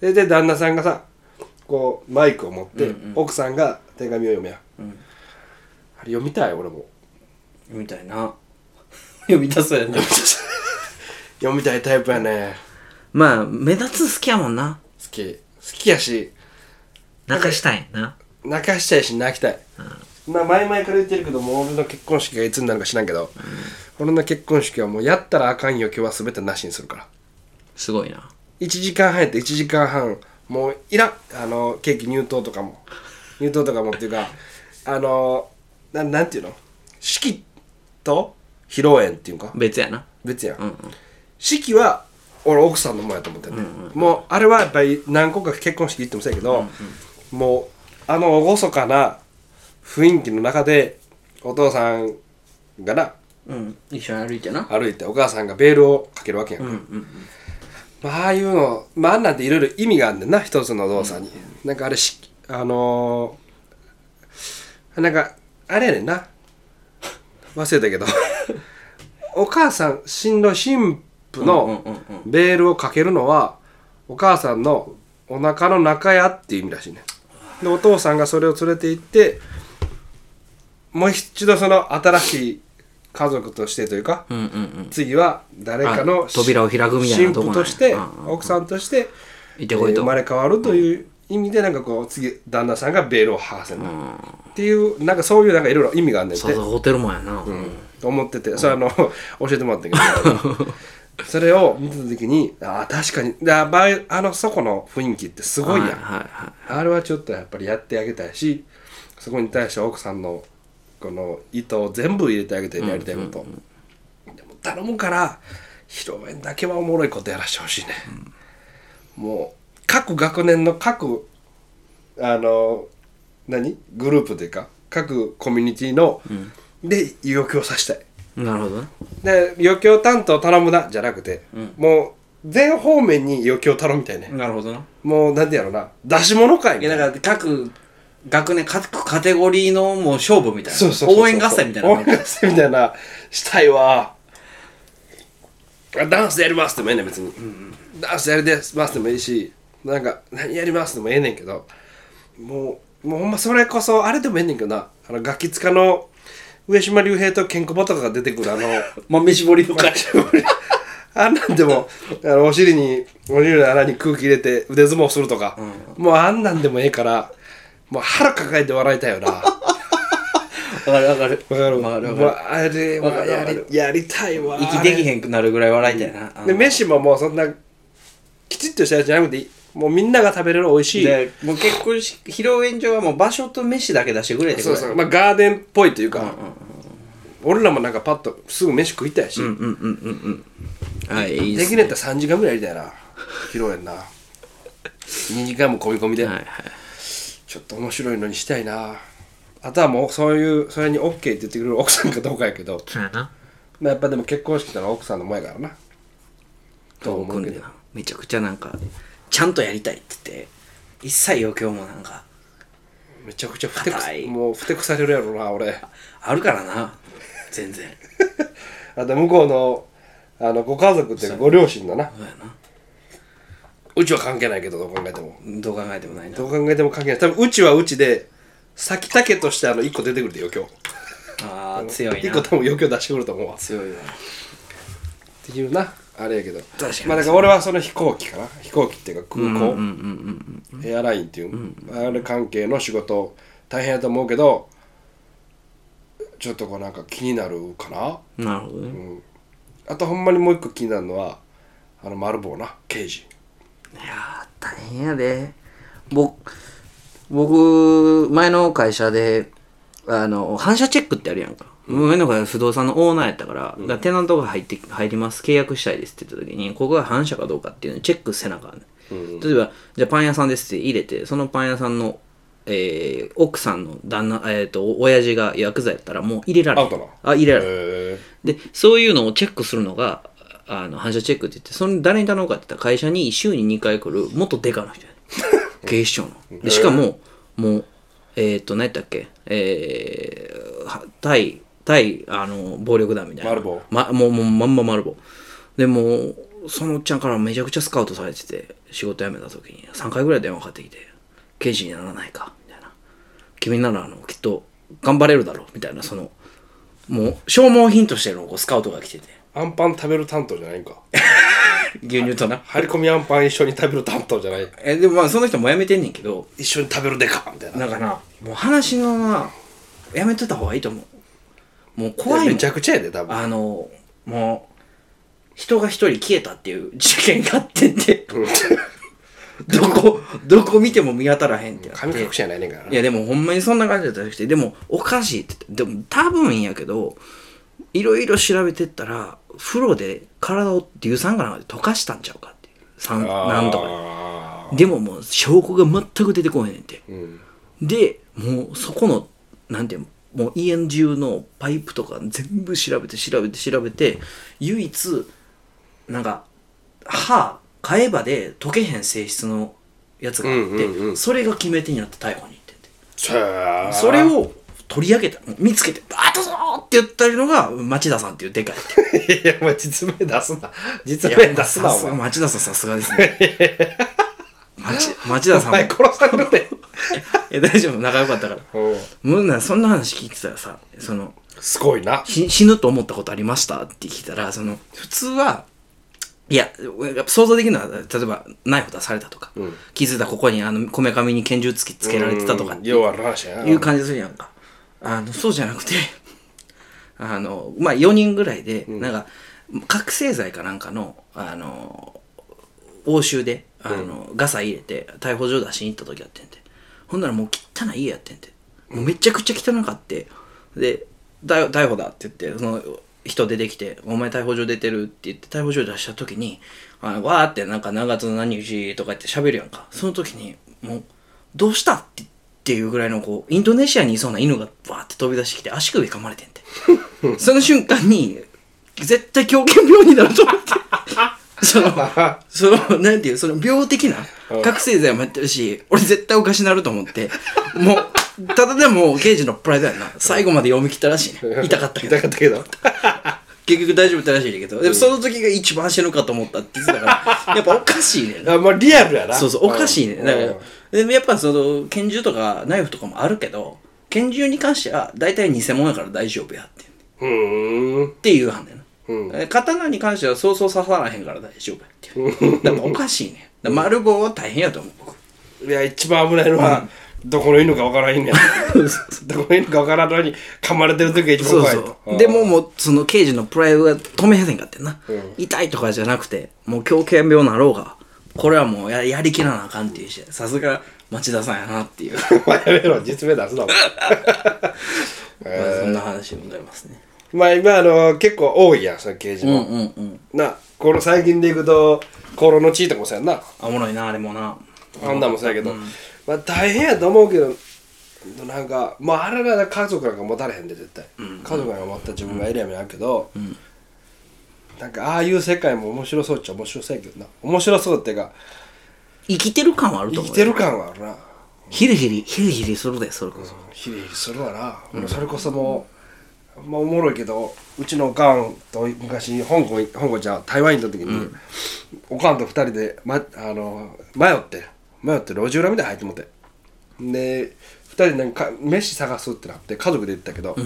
S2: でで旦那さんがさこうマイクを持って、奥さんが手紙を読むやん、あれ読みたい俺も
S1: 読みたいな読みたそうやな
S2: 読みたいタイプやね
S1: まあ目立つ好きやもんな
S2: 好き好きやし
S1: 泣かしたいな
S2: 泣かしたいし泣きたい、まあ前々から言ってるけどもう俺の結婚式がいつになるか知らんけど、俺の結婚式はもうやったらあかん余興は全てなしにするから
S1: すごいな
S2: 1時間半やって1時間半もういらんあのケーキ入刀とかも入刀とかもっていうかあのななんていうの式と披露宴っていうか
S1: 別やな
S2: 別やん、式は俺奥さんのもんやと思ってんね、もうあれはやっぱり何個か結婚式行ってもそうやけど、もうあの厳かな雰囲気の中でお父さんがな
S1: うん一緒に歩いてな
S2: 歩いてお母さんがベールをかけるわけやんか、まあああいうのまああんなんていろいろ意味があんねんな一つの動作に、なんかあれしあのーなんかあれやねんな忘れたけどお母さん新郎新婦の
S1: うんうん
S2: ベールをかけるのはお母さんのお腹の中やっていう意味らしいねんでお父さんがそれを連れて行ってもう一度その新しい家族としてというか、
S1: うんうんうん
S2: 次は誰かの
S1: あ扉を開くみたいなとこなん
S2: 神
S1: や
S2: 父として
S1: うんうんうん
S2: 奥さんとして
S1: 行ってこいと
S2: えー生まれ変わるという意味でなんかこう次旦那さんがベールを剥がせるっていうなんかそういうなんかいろいろ意味があるんねんて
S1: そうそうホテルもんやな
S2: と思っててそれあの 教えてもらったけどそれを見てた時にああ確かにであばいあのそこの雰囲気ってすごいやん、
S1: はいはいは
S2: あれはちょっとやっぱりやってあげたいしそこに対して奥さんのこの意図を全部入れてあげてやりたいこと、でも頼むから披露宴だけはおもろいことやらしてほしいね、もう各学年の各あの何グループというか各コミュニティの、で要求をさせたい
S1: いなるほどね
S2: で余興担当頼むなじゃなくて、もう全方面に余興頼みたいね、
S1: なるほどな
S2: もうなんてやろうな出し物会み
S1: いや
S2: たいな
S1: だから各学年各カテゴリーのもう勝負みたいな
S2: そうそうそうそう
S1: 応援合戦みたいな
S2: 応援合戦みたいなしたいわダンスやりますでもええねん別に、ダンスやりますでもいいしなんか何やりますでもええねんけどもうもうほんまそれこそあれでもええねんけどなあの楽器塚の上島竜兵とケンコバとかが出てく るあの
S1: 豆絞りの会
S2: あんなんでもあのお尻にお尻の穴に空気入れて腕相撲するとか、もうあんなんでもええからもう腹抱えて笑いたいよな。
S1: わかるわかる
S2: わかる
S1: わかる
S2: もう
S1: わか
S2: あれ
S1: わか
S2: は
S1: るわ
S2: や
S1: かる
S2: りやりたいわ
S1: る息できへんくなるぐらい笑いたいな
S2: あれで飯ももうそんなきちっとしたやつじゃなくていいもうみんなが食べれる美味しい
S1: でもう結婚式披露宴場はもう場所と飯だけ出してくれって
S2: そうそう、まあ、ガーデンっぽいというか、俺らもなんかパッとすぐ飯食いたいし、
S1: うんうんうんうんうんはいいいっ
S2: ですき
S1: ね
S2: ねったら3時間ぐらいやりたいな披露宴な2時間も込み込みで、
S1: はいはい
S2: ちょっと面白いのにしたいなあとはもうそういうそれに OK って言ってくれる奥さんかどうかやけど、
S1: そうやな
S2: まあ、やっぱでも結婚式ってのは奥さんの前からなと
S1: と
S2: 思
S1: 思
S2: う
S1: う
S2: け
S1: け
S2: ど
S1: どめちゃくちゃなんかちゃんとやりたいって言って一切余興もなんか
S2: めちゃくちゃふてく
S1: 硬い
S2: もうふてくされるやろな俺
S1: あるからな全然
S2: あと向こうのあのご家族っていうかご両親だな
S1: そうやな
S2: うちは関係ないけどどう考えても
S1: どう考えてもないな
S2: どう考えても関係ない多分うちはうちで先竹としてあの1個出てくるで余興
S1: あー強い
S2: 1
S1: な
S2: 個多分余興出してくると思うわっ
S1: 強いわ
S2: ていうなあれやけど
S1: 確かに
S2: まあだから俺はその飛行機かな飛行機っていうか空
S1: う
S2: 港、
S1: んうんうん
S2: エアラインっていう、あれ関係の仕事大変やと思うけどちょっとこうなんか気になるかな
S1: うんなるほどね
S2: あとほんまにもう一個気になるのはあの丸坊な刑事
S1: いやー大変やで僕僕前の会社であの反射チェックってあるやんか、前の会社不動産のオーナーやったから,、だからテナントが入って入ります契約したいですって言った時にここが反射かどうかっていうのをチェックせなあかんね、例えばじゃあパン屋さんですって入れてそのパン屋さんのえー奥さんの旦那、えー、と親父が薬剤やったらもう入れられへん
S2: アウトな
S1: あ入れられへん
S2: へ
S1: でそういうのをチェックするのがあの反射チェックって言ってその誰に頼むかって言ったら会社に週に2回来る元デカの 人やね警視庁のでしかももうえっ、と何やったっけえーは、対対あの暴力団みたいな
S2: マルボ
S1: ま、もうもうまんまマルボでもうそのおっちゃんからめちゃくちゃスカウトされてて仕事辞めた時に3回ぐらい電話かかってきて「刑事にならないか」みたいな「君ならあのきっと頑張れるだろう」みたいなそのもう消耗品としてのこうスカウトが来てて
S2: アンパン食べる担当じゃないんか
S1: 牛乳とな
S2: 張り込みアンパン一緒に食べる担当じゃない
S1: えでもまあその人も辞めてんねんけど
S2: 一緒に食べるでかみたいな
S1: なんかなもう話のなやめとった方がいいと思うもう怖いも
S2: め
S1: ん
S2: ちゃくちゃやで多分
S1: あのもう人が一人消えたっていう事件があってんてどこどこ見ても見当たらへんってなって
S2: 神隠しやないねんからない
S1: やでもほんまにそんな感じだったらしくてでもおかしいって言ってでも多分やけどいろいろ調べてったら風呂で体を硫酸かなんかで溶かしたんちゃうかっていう酸
S2: あー
S1: なんとかででももう証拠が全く出てこへんねんて、
S2: ん
S1: でもうそこのなんていうのもう家中のパイプとか全部調べて調べて調べて唯一なんか歯買えばで溶けへん性質のやつがあって、
S2: うんうんうん
S1: それが決め手になって逮捕に行ってんて
S2: せー
S1: それを取り上げた見つけて「あとぞ!」って言ったのが町田さんっていうでかい
S2: いやお前実名出すな実名出すな
S1: さ
S2: お
S1: すが
S2: 前
S1: 町田さんさすがですね町町田さ
S2: お
S1: んも
S2: 前殺されるで
S1: え大丈夫仲良かったから
S2: うん
S1: もうなそんな話聞いてたらさその
S2: すごいな
S1: し死ぬと思ったことありましたって聞いたらその普通はいややっぱ想像できるのは例えばナイフ出されたとか、気づいたらここにあのこめかみに拳銃突きつけられてたとか
S2: うんようある話やな
S1: いう感じするやんかあのそうじゃなくて あのまあ4人ぐらいで、なんか覚醒剤かなんかのあの押収であの、ガサ入れて逮捕状出しに行った時やってんてほんならもう汚い家やってんてもうめちゃくちゃ汚かってで逮逮捕だって言ってその人出てきて「お前逮捕状出てる」って言って逮捕状出した時にあのわーってなんか何月の何日とか言って喋るやんかその時にもう「どうした?」ってっていうぐらいのこうインドネシアにいそうな犬がバーって飛び出してきて足首噛まれてんてその瞬間に絶対狂犬病になると思っ てそのそのなんていうその病的な覚醒剤もやってるし俺絶対おかしなると思ってもうただでも刑事のプライドやな最後まで読み切ったらしいね痛かったけど
S2: 痛かったけど
S1: 結局大丈夫だったらしいねんだけどでもその時が一番死ぬかと思ったって言ってたから やっぱおかしいねんな
S2: あまあリアルやな
S1: そうそうおかしいね
S2: うん
S1: だからでもやっぱその拳銃とかナイフとかもあるけど拳銃に関しては大体偽物やから大丈夫やって
S2: うーん
S1: っていう判だよな、え刀に関してはそうそう刺さらへんから大丈夫やっていうだからおかしいねだから丸棒は大変やと思う僕
S2: いや一番危ないのは、どこの犬かわからへん ねんどこの犬かわからんのに噛まれてる時が一番
S1: そう
S2: 怖いと
S1: そうでももうその刑事のプライドが止めへんかってんな、痛いとかじゃなくてもう狂犬病なろうがこれはもうややりきらなあかんっていうしさすが町田さんやなっていう、
S2: お前やめろ実名出すなお前
S1: まあそんな話でございますね
S2: まあ今あの結構多いやんその刑事
S1: うん
S2: も、
S1: うんうん
S2: なこの最近でいくと「コロの地」とかもそうやんな
S1: あおもろいなあれもな
S2: あんなんもそうやけど、まあ大変やと思うけどなんかまああれらが家族なんか持たれへんで絶対、家族なんか持った自分がいるやめやけど、なんかああいう世界も面白そうっちゃ面白そうやけどな面白そうっていうか
S1: 生きてる感はあると
S2: 生
S1: 思う
S2: き
S1: よ
S2: てる感はあるな
S1: ヒリヒリヒリヒリするでそれこそ、
S2: ヒリヒリするわな、俺それこそもう、まあ、おもろいけどうちのおかんと昔香港香港じゃん台湾行った時に、おかんと二人で、ま、あの迷って迷って路地裏みたいに入ってもってで二人でなんか飯探すってなって家族で行ったけど、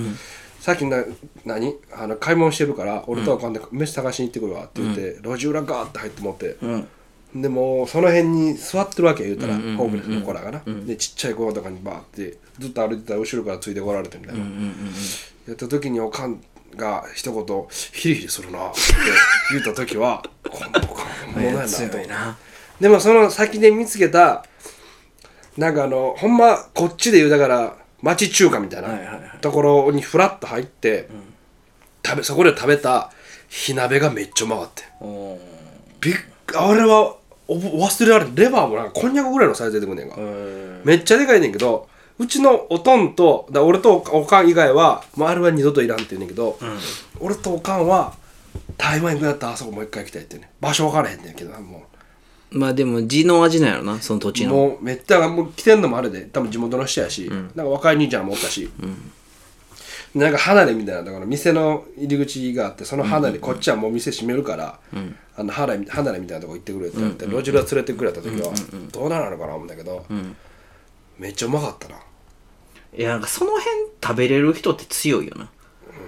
S2: さっきな何あの買い物してるから俺とおかんで飯探しに行ってくるわって言って、路地裏ガーって入ってもって、
S1: ん
S2: でもうその辺に座ってるわけ言うたら、ホームレスの子らがな、でちっちゃい子とかにバーってずっと歩いてたら後ろからついてこられてみたいな、やった時におかんが一言「ヒリヒリするな」って言った時 はこの子か本物やなと
S1: 強いな
S2: でもその先で見つけたなんかあのほんまこっちで言うだから町中華みたいな
S1: はいはいはい
S2: ところにフラッと入って、食べそこで食べた火鍋がめっちゃうまかって
S1: おー
S2: びっあれはおぼ忘れられんレバーもなんかこんにゃくぐらいのサイズ出てくんねんか、
S1: え
S2: めっちゃでかいねんけどうちのおとんとだ俺とおかおかん以外はもうあれは二度といらんって言うねんけど、俺とおかんは台湾行くんだったらあそこもう一回行きたいってね場所分からへんねんけどなも
S1: ーまあでも地の味なんやろなその土
S2: う
S1: 地の
S2: もうめっちゃもう来てんのもあれで多分地元の人やし、なんか若い兄ちゃんもおったし、なんか離れみたいなところ店の入り口があってその離れ、こっちはもう店閉めるから、あの離れ離れみたいなとこ行ってくれって言って、路地裏連れてくれた時は、どうなるのかな思うんだけど、めっちゃうまかったな。
S1: いやなんかその辺食べれる人って強いよ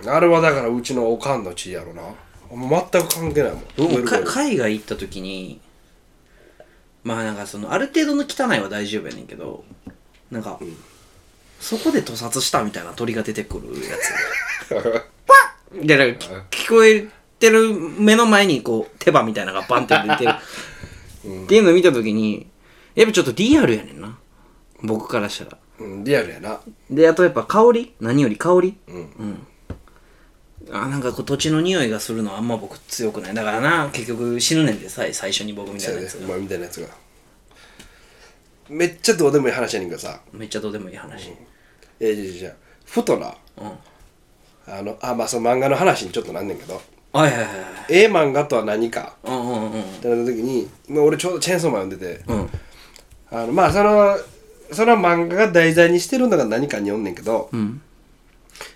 S1: な
S2: あれはだからうちのおかんの血やろなもう全く関係ないもん
S1: 僕
S2: ウェル
S1: も
S2: カ
S1: か
S2: ム
S1: 海外行った時にまあなんかそのある程度の汚いは大丈夫やねんけどなんか、そこで屠殺したみたいな鳥が出てくるや つでなんかき聞こえてる目の前にこう手羽みたいなのがバンって出てる、って いうのを見た時にやっぱちょっとリアルやねんな僕からしたら
S2: うんリアルやな
S1: であとやっぱ香り何より香りうん、あなんかこう土地の匂いがするのはあんま僕強くないだからな結局死ぬねんでさえ最初に僕みた
S2: そ
S1: いうな
S2: や
S1: や
S2: で
S1: つ
S2: お
S1: が
S2: 前みたいなやつがめっちゃどうでもいい話やねんけどさ
S1: めっちゃどうでもいい話、
S2: えーじゃあじゃあふとな
S1: うん
S2: あのあまあその漫画の話にちょっとなんねんけど
S1: はいはいはいはい
S2: ええ漫画とは何か
S1: うんうんうん
S2: ってなった時に今俺ちょうど「チェーンソーマン」読んでて
S1: うん
S2: あのまあそのその漫画が題材にしてるのが何かに読んねんけど、
S1: ん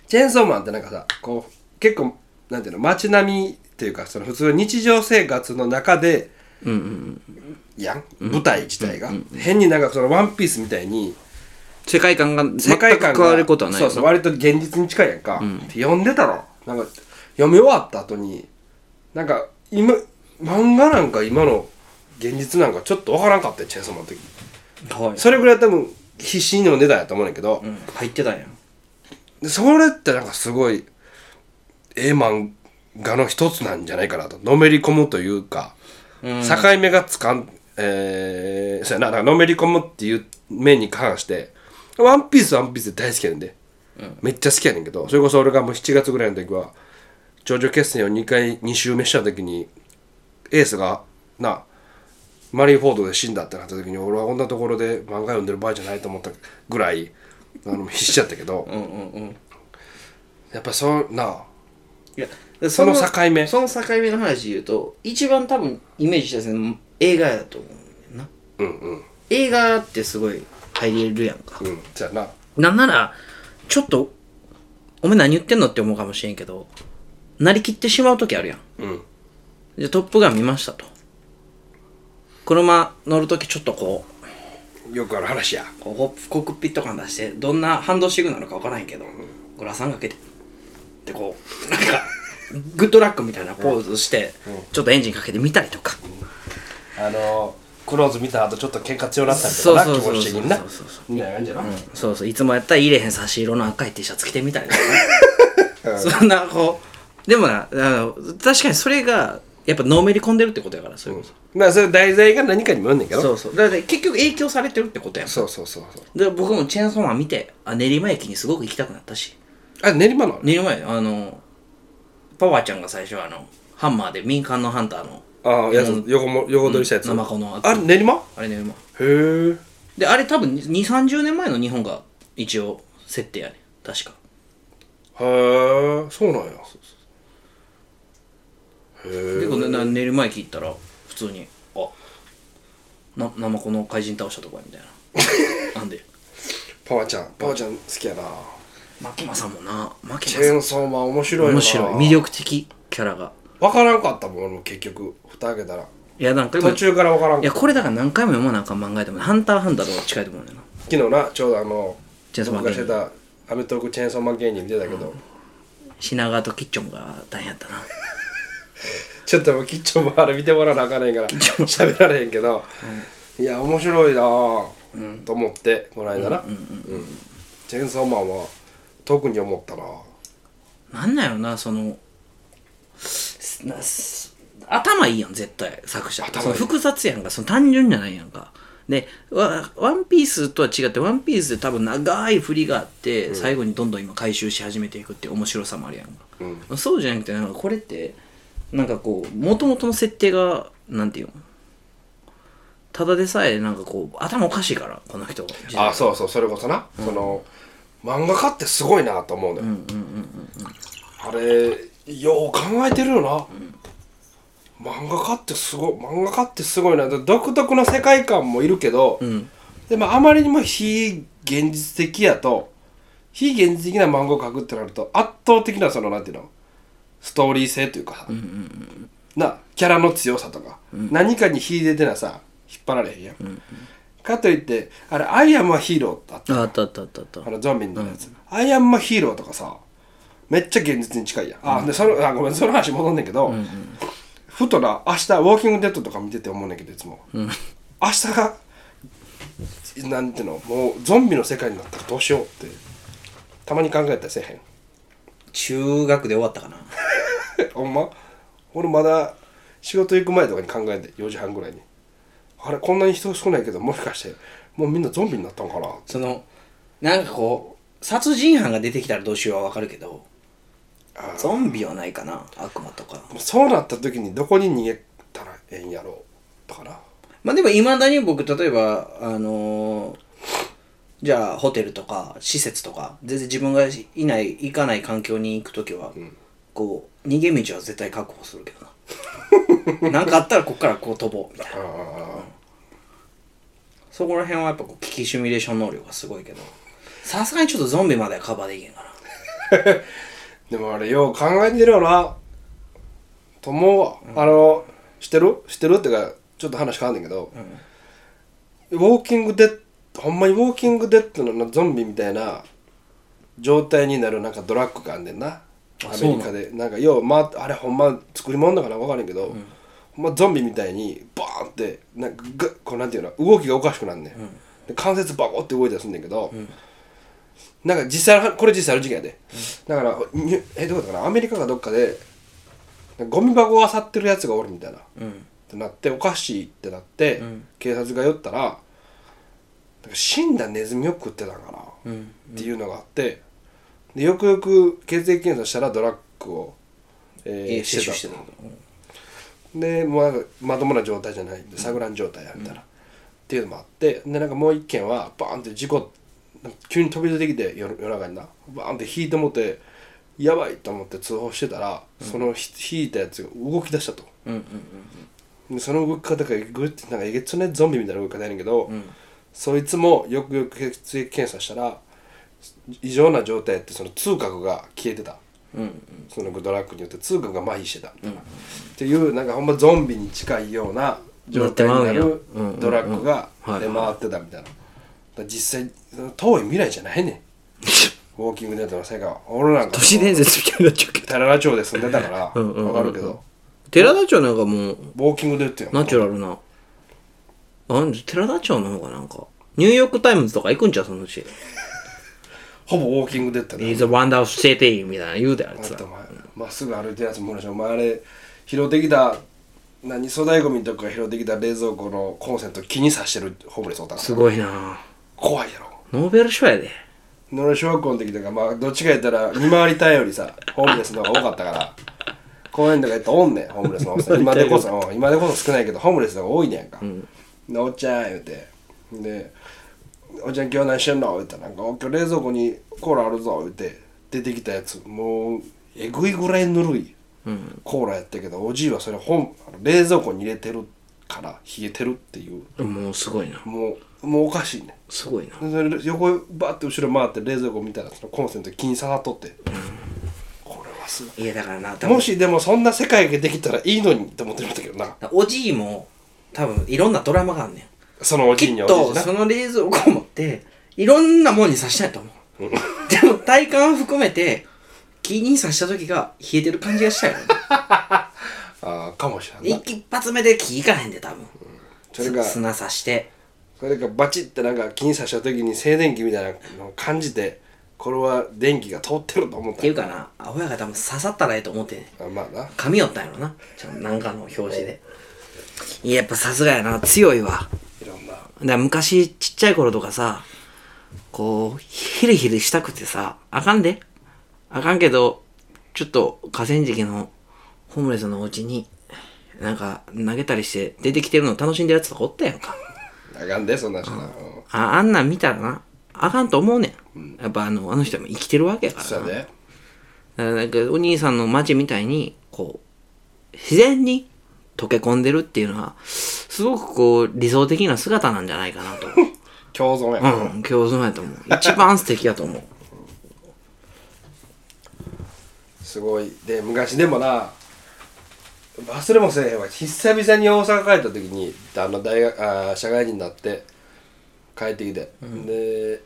S2: チェーンソーマンってなんかさこう結構なんていうの街並みっていうかその普通の日常生活の中で
S1: うんうん
S2: やん、舞台自体が、変になんかそのワンピースみたいに
S1: 世界観が
S2: 世
S1: 全
S2: 界
S1: く
S2: 観
S1: 変
S2: が
S1: わることはない
S2: そうそう割と現実に近いやんか、読んでたろなんか読み終わった後になんか今漫画なんか今の現実なんかちょっとわからんかったよチェーンソーマンの時
S1: はい
S2: それぐらい多分必死に読んでたんやと思うねんだけど、
S1: うん、入ってたんや
S2: でそれってなんかすごいええ漫画の一つなんじゃないかなとのめり込むというか、境目がつかんえー、そうやなだからのめり込むっていう面に関して「ワンピースはワンピースで大好きやねんで、めっちゃ好きやねんけどそれこそ俺がもう7月ぐらいの時は頂上決戦を2回2周目した時にエースがなマリー・フォードで死んだってなった時に俺はこんなところで漫画読んでる場合じゃないと思ったぐらいあの必死やったけ ど。
S1: うんうんうん
S2: やっぱそうなあ
S1: いやで
S2: その境目
S1: その境目の話で言うと一番多分イメージしたのは映画やと思うんだよな
S2: うんうん
S1: 映画ってすごい入れるやんか
S2: うんじゃあな
S1: なんなら、ちょっと、お前何言ってんのって思うかもしれんけど、なりきってしまうときあるやん。
S2: うん
S1: じゃあトップガン見ましたと。車乗るときちょっとこ
S2: よくある話や
S1: う、こうホップコックピット感出して、どんな反動シグナルかわからんけど、グラサンかけて、でこう、なんか、グッドラックみたいなポーズして、ちょっとエンジンかけてみたりとか。
S2: あのクローズ見た後ちょっと喧嘩強なったり
S1: そ
S2: と
S1: う
S2: か
S1: そ
S2: な
S1: う
S2: 気
S1: そ
S2: 持
S1: う
S2: ち的
S1: そう
S2: にな
S1: そうそうそう
S2: みたいな感じやな
S1: うんそうそういつもやったら入れへん差し色の赤い T シャツ着てみ たりとかねそんなこうでもなあの確かにそれがやっぱのめり込んでるってことやからそれこそ、
S2: まあそれ題材が何かにもよんねんけど
S1: そうそうだから結局影響されてるってことやん
S2: そうそうそうそう
S1: で僕もチェーンソーマン見てあ練馬駅にすごく行きたくなったし
S2: あ練馬の
S1: 練馬駅あのパワーちゃんが最初あのハンマーで民間のハンターの
S2: ああやつ横も横取りしたやつ
S1: 生子の
S2: あれ練馬へ
S1: あれ練馬
S2: え
S1: であれ多分2 3 0年前の日本が一応設定やね確か
S2: へえそうなんやへえ
S1: 結構ねな寝る前聞いたら普通に「あなナマコの怪人倒したとこや」みたい ななんで
S2: パワちゃんパワちゃん好きやな
S1: 牧間さんもな牧
S2: チ
S1: 間さ
S2: ェー
S1: ん
S2: ンソーマン面白いよな
S1: 面白い魅力的キャラが
S2: 分からんかったもん俺も結局蓋開けたら
S1: いやなんか今
S2: 途
S1: い
S2: 中から分からんかった
S1: やこれだから何回も読まなあかん漫画やと思うハンターハンターとか近いと思うんだよな
S2: 昨日なちょうどあの
S1: チェーンソーマン
S2: 僕がしてたアメトークチェーンソーマン芸人見てたけど、
S1: 品川とキッチョンが大変やったな
S2: ちょっともうキッチョンもあれ見てもらわなあかんねんから喋られへんけど、いや面白いなあ、と思ってこの間な、うんチェーンソーマンは特に思ったな
S1: なんなんやろなそのすなす頭いいやん絶対作者
S2: 頭いい
S1: その複雑やんかその単純じゃないやんかでワワンピースとは違ってワンピースで多分長い振りがあって、最後にどんどん今回収し始めていくっていう面白さもあるやんか、そうじゃなくてなんかこれってなんかこうもともとの設定がなんていうのただでさえなんかこう頭おかしいからこの人
S2: あそうそうそれこそな、その漫画家ってすごいなと思うのよ、あれよう考えてるよな、漫画家ってすごい漫画家ってすごいなだ独特の世界観もいるけど、でもあまりにも非現実的やと非現実的な漫画を描くってなると圧倒的なそのなんていうのストーリー性というかさ、なキャラの強さとか、何かに秀でてなさ引っ張られへんやん、かといってあれ「アイアムはヒーロー」だった
S1: ああったあったあったあった
S2: あのゾンビのやつ、アイアンマンヒーローとかさめっちゃ現実に近いやん、あでそのあごめんその話戻んねんけど、ふとな明日ウォーキングデッドとか見てて思うねんけどいつも、明日がなんていうのもうゾンビの世界になったらどうしようってたまに考えたりせえへん
S1: 中学で終わったかな
S2: ほんま俺まだ仕事行く前とかに考えて4時半ぐらいにあれこんなに人少ないけどもしかしてもうみんなゾンビになったんかな
S1: そのなんかこう殺人犯が出てきたらどうしようはわかるけどゾンビはないかな悪魔とか
S2: そうなった時にどこに逃げたらええんやろうとかな
S1: まあでもいまだに僕例えばあのーじゃあホテルとか施設とか全然自分がいない行かない環境に行く時は、こう逃げ道は絶対確保するけ どななんかあったらこっからこう飛ぼうみたいなそこら辺はやっぱこう危機シミュレーション能力がすごいけどさすがにちょっとゾンビまではカバーできへんかな
S2: でもあれよう考えてるよなと思うわ、あの知ってる知ってるってかちょっと話変わんねんけど、ウォーキングデッドほんまにウォーキングデッドのなゾンビみたいな状態になるなんかドラッグがあんねんなアメリカでなんかよう、まあ、あれほんま作り物だから分からんけど、ほんまゾンビみたいにバーンってなんかガッこうなんていうの動きがおかしくなんねん、で関節バコって動いたりすんねんけど、なんか実際のこれ実際ある事件やで、だからにえどうだったかなアメリカかどっかでゴミ箱を漁ってるやつがおるみたいな、ってなっておかしいってなって、警察が寄ったらなんか死んだネズミを食ってたんかな、っていうのがあってでよくよく血液検査したらドラッグを、えー
S1: え接種してて
S2: た
S1: た
S2: でもうなんかまともな状態じゃないんで錯乱状態やみたいな、っていうのもあってでなんかもう一件はバーンって事故なんか急に飛び出てきて夜夜中になバーンって引いてもってやばいと思って通報してたら、そのひ引いたやつが動き出したと、でその動き方がグッてなんかえげつないゾンビみたいな動き方やねんけど、そいつもよくよく血液検査したら異常な状態やってその痛覚が消えてた、そのドラッグによって痛覚が麻痺してたみたいな、っていうなんかほんまゾンビに近いような状態にな
S1: なって
S2: る
S1: まうんや
S2: ドラッグが
S1: うんうんうんはい
S2: 出回ってたみたいな、だから実際その遠い未来じゃな いねんウォーキングデッドの世界は俺なんか
S1: 都市伝説みたいになっちゃうけど
S2: タララ町で住んでたから
S1: んうんうんうん
S2: 分かるけど
S1: 寺田町なんかもう
S2: ウォーキングデッドやん
S1: ナチュラルな。なんで、寺田町の方がなんか、ニューヨークタイムズとか行くんちゃうそのうち。
S2: ほぼウォーキングデッドだよ
S1: He's a wonderful city みたいな言うであいつ
S2: あ
S1: ら
S2: と。お前まっすぐ歩いてるやつもおるしお前あれ拾ってきた何粗大ゴミとか拾ってきた冷蔵庫のコンセント気にさしてるホームレスおった
S1: す
S2: ら
S1: ごいな
S2: 怖いやろ
S1: ノーベル賞やで。
S2: 俺小学校の時とかまあどっちか言ったら見回りたいよりさホームレスの方が多かったから公園とか行ったらおんねんホームレスのおっさ ん今でこそうん今でこそ少ないけどホームレスの方が多いねんか、でおっちゃん言うてで「おっちゃん今日何してんの?」言ったらなんか「今日冷蔵庫にコーラあるぞ」言うて出てきたやつもうえぐいぐらいぬるいコーラやったけどおじいはそれ本あの冷蔵庫に入れてるから冷えてるっていう
S1: もうすごいな。
S2: もうもうおかしいねん
S1: すごいな。
S2: でそれ横バッて後ろ回って冷蔵庫見たらそのコンセント気に刺さっとってこれはすご
S1: いや、だからな、多
S2: いも
S1: 分、
S2: しでもそんな世界ができたらいいのにって思ってましたけどな
S1: おじいも、多分、いろんなドラマがあんねん。
S2: そのおじ
S1: き
S2: いに
S1: っ
S2: はお
S1: と
S2: じい
S1: そ
S2: な
S1: の冷蔵庫を持っていろんなもんに刺したいと思うでも体感を含めて木に刺した時が冷えてる感じがしたよね
S2: あーかもしれんない
S1: 一発目で木いかへんで多分
S2: それが
S1: す砂刺して
S2: それがバチってなんか気に刺した時に静電気みたいなのを感じてこれは電気が通ってると思った
S1: ていうかな、アホやが多分刺さったらええと思ってんねん。
S2: あまあな
S1: 髪寄ったんやろな。ちゃんなんかの表紙で。いや、やっぱさすがやな。強いわ。
S2: いろんな
S1: だから昔ちっちゃい頃とかさこうヒリヒリしたくてさあかんであかんけどちょっと河川敷のホームレスのお家になんか投げたりして出てきてるの楽しんでるやつとかおったやんか
S2: あかんでそんな人なうん
S1: ああんなん見たらなあかんと思うねん、やっぱあのあの人も生きてるわけやか
S2: そ
S1: ら
S2: や
S1: なだか
S2: で
S1: らなんかお兄さんの街みたいにこう自然に溶け込んでるっていうのはすごくこう理想的な姿なんじゃないかな と
S2: 共存やから
S1: うん、共存やと思う。一番素敵やと思う。
S2: すごいで昔でもな忘れもせえへんわ久々に大阪帰った時にあの大学あー社会人になって帰ってきて、で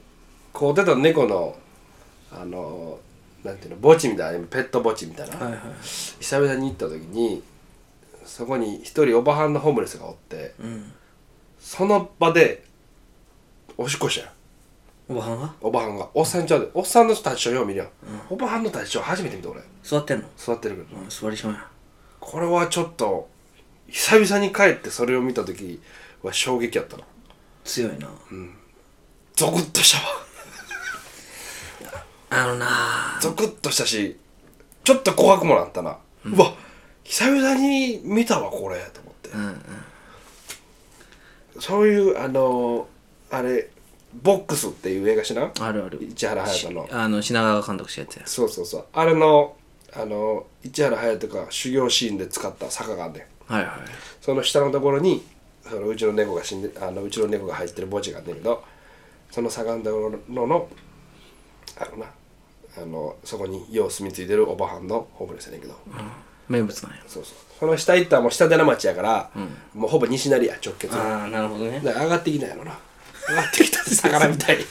S2: こう出た猫のあのなんていうの墓地みたいなペット墓地みたいな、
S1: はいはい
S2: 久々に行った時にそこに一人おばはんのホームレスがおって、
S1: ん
S2: その場でおしっこしたよ
S1: おばはんが
S2: おばはんがおっさんちゃうでおっさんの人たちをよう見るやん、おばはんのたちを初めて見た俺
S1: 座ってんの
S2: 座ってるけど
S1: うん、座りしまや。
S2: これはちょっと久々に帰ってそれを見た時は衝撃やったな
S1: 強いな。
S2: ゾクッとしたわ
S1: あのな
S2: ゾクッとしたしちょっと怖くもなったな、うわ久々に見たわこれと思って、
S1: うんうん。
S2: そういうあのーあれ「ボックス」っていう映画しな
S1: あるある。
S2: 市原隼人の
S1: あの、品川監督したやつや。
S2: そうそうそうあれのあのー市原隼人が修行シーンで使った坂があんねん
S1: はいはい。
S2: その下のところにそのうちの猫が死んであのうちの猫が入ってる墓地があるんだけどその坂のところのあのなあのそこによう住み着いてるおばはんのホームレスやねんけど、
S1: 名物なんや。
S2: そうそうその下行ったらもう下手な町やから、もうほぼ西成や直結
S1: ああ、なるほどね。
S2: だから上がってきたんやろな上がってきたって魚みたいに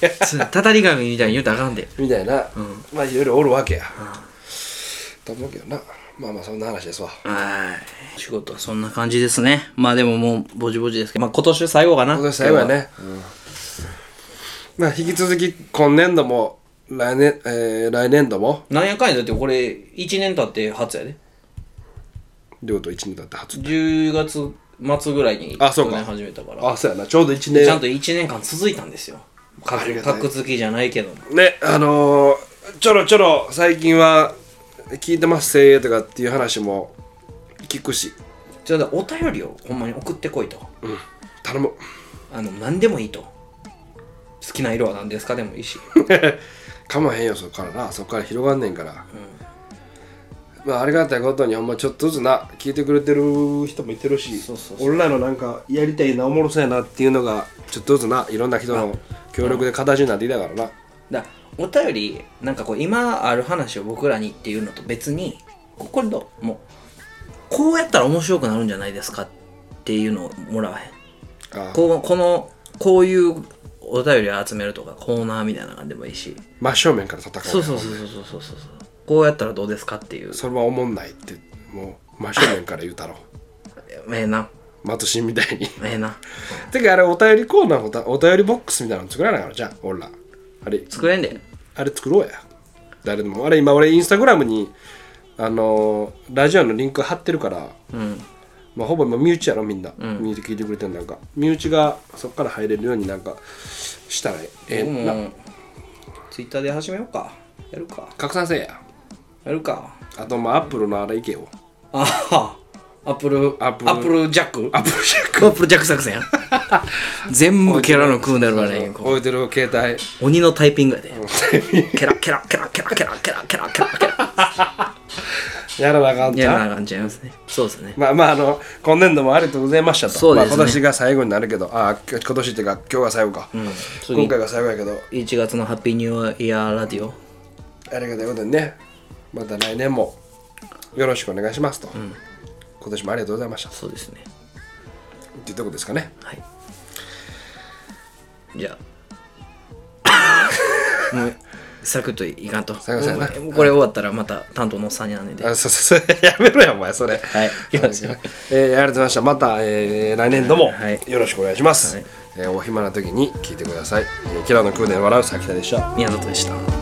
S1: たたり神みたいに言うたらあかんで。
S2: みたいな、まあいろいろおるわけや、と思うけどなまあまあそんな話ですわ
S1: はい。仕事はそんな感じですね。まあでももう、ぼちぼちですけど、まあ今年最後かな。
S2: 今年最後やね、まあ引き続き今年度も来年、えー、来年度も
S1: 今日は。なんやかんやだってこれ、1年経って初やで。
S2: 両と一年だって初
S1: 10月末ぐらいに、
S2: あそうか
S1: 去年始めたから。
S2: あそうやなちょうど一年
S1: ちゃんと1年間続いたんですよ。カ
S2: ありが
S1: ッ
S2: たい
S1: カック付きじゃないけども。
S2: ねあのーちょろちょろ最近は聞いてますせーとかっていう話も聞くし
S1: ちょっとお便りをほんまに送ってこいと。
S2: うん頼む
S1: あの、何でもいいと。好きな色は何ですかでもいいし。
S2: かまへんよそっからなそっから広がんねんから、まあありがたいことにほんまちょっとずつな聞いてくれてる人もいてるし
S1: そうそう
S2: 俺らのなんかやりたいなおもろそうやなっていうのがちょっとずつないろんな人の協力で形になっていたからな
S1: だお便り、なんかこう、今ある話を僕らにっていうのと別に、ここれどうもう、こうやったら面白くなるんじゃないですかっていうのをもらわへん。
S2: あ
S1: こうこの、こういうお便りを集めるとか、コーナーみたいな感じでもいいし。
S2: 真正面から戦う
S1: そうそうそうそうそうそうそう。こうやったらどうですかっていう。
S2: それは思んないってもう真正面から言うた ろ
S1: ええな。
S2: 松新みたいに
S1: ええな。
S2: てかあれお便りコーナーおたお便りボックスみたいなの作らないからじゃあ俺らあれ
S1: 作れんで。
S2: あれ作ろうや誰でもあれ今俺インスタグラムにあのーラジオのリンク貼ってるから、
S1: うん。
S2: まあ、ほぼ今身内やろみんな、身内聞いてくれてるなんか身内がそこから入れるようになんかしたらええ
S1: 僕
S2: な
S1: もツイッターで始めようかやるか
S2: 拡散せえや
S1: やるか
S2: あとまあアップルのあれいけよ
S1: ああアップル
S2: アップル
S1: ジャック
S2: アップルシャッ
S1: アップルジャック作戦や全部ケラの食うなるわね
S2: ク置いてる携帯
S1: 鬼のタイピングやでケラケラケラケラケラケラケラケラケラ
S2: やらなあかん
S1: い
S2: じ
S1: や
S2: ゃん
S1: な感じちゃいますねそうですね
S2: まあまああの今年度もありがとうございましたと
S1: そうですね
S2: まあ、今年が最後になるけどあ今日今年っていうか今日が最後か、
S1: 次
S2: 今回が最後やけど
S1: 1月のハッピーニューイヤーラディオ
S2: ありがたいことにねまた来年もよろしくお願いしますと、今年もありがとうございましたっ
S1: そうですね
S2: ていうとこですかね
S1: はいじゃあもうサクッといかんと
S2: クッとやな
S1: これ終わったらまた担当のおっさんになんねんで
S2: あそうそうそう やめろやお前それ
S1: はい
S2: えー、ありがとうございましたまた、えー来年度も
S1: はい
S2: よろしくお願いします、
S1: はい
S2: えーお暇な時に聞いてください、えー、キラの空で笑うさきたでした
S1: 宮里でした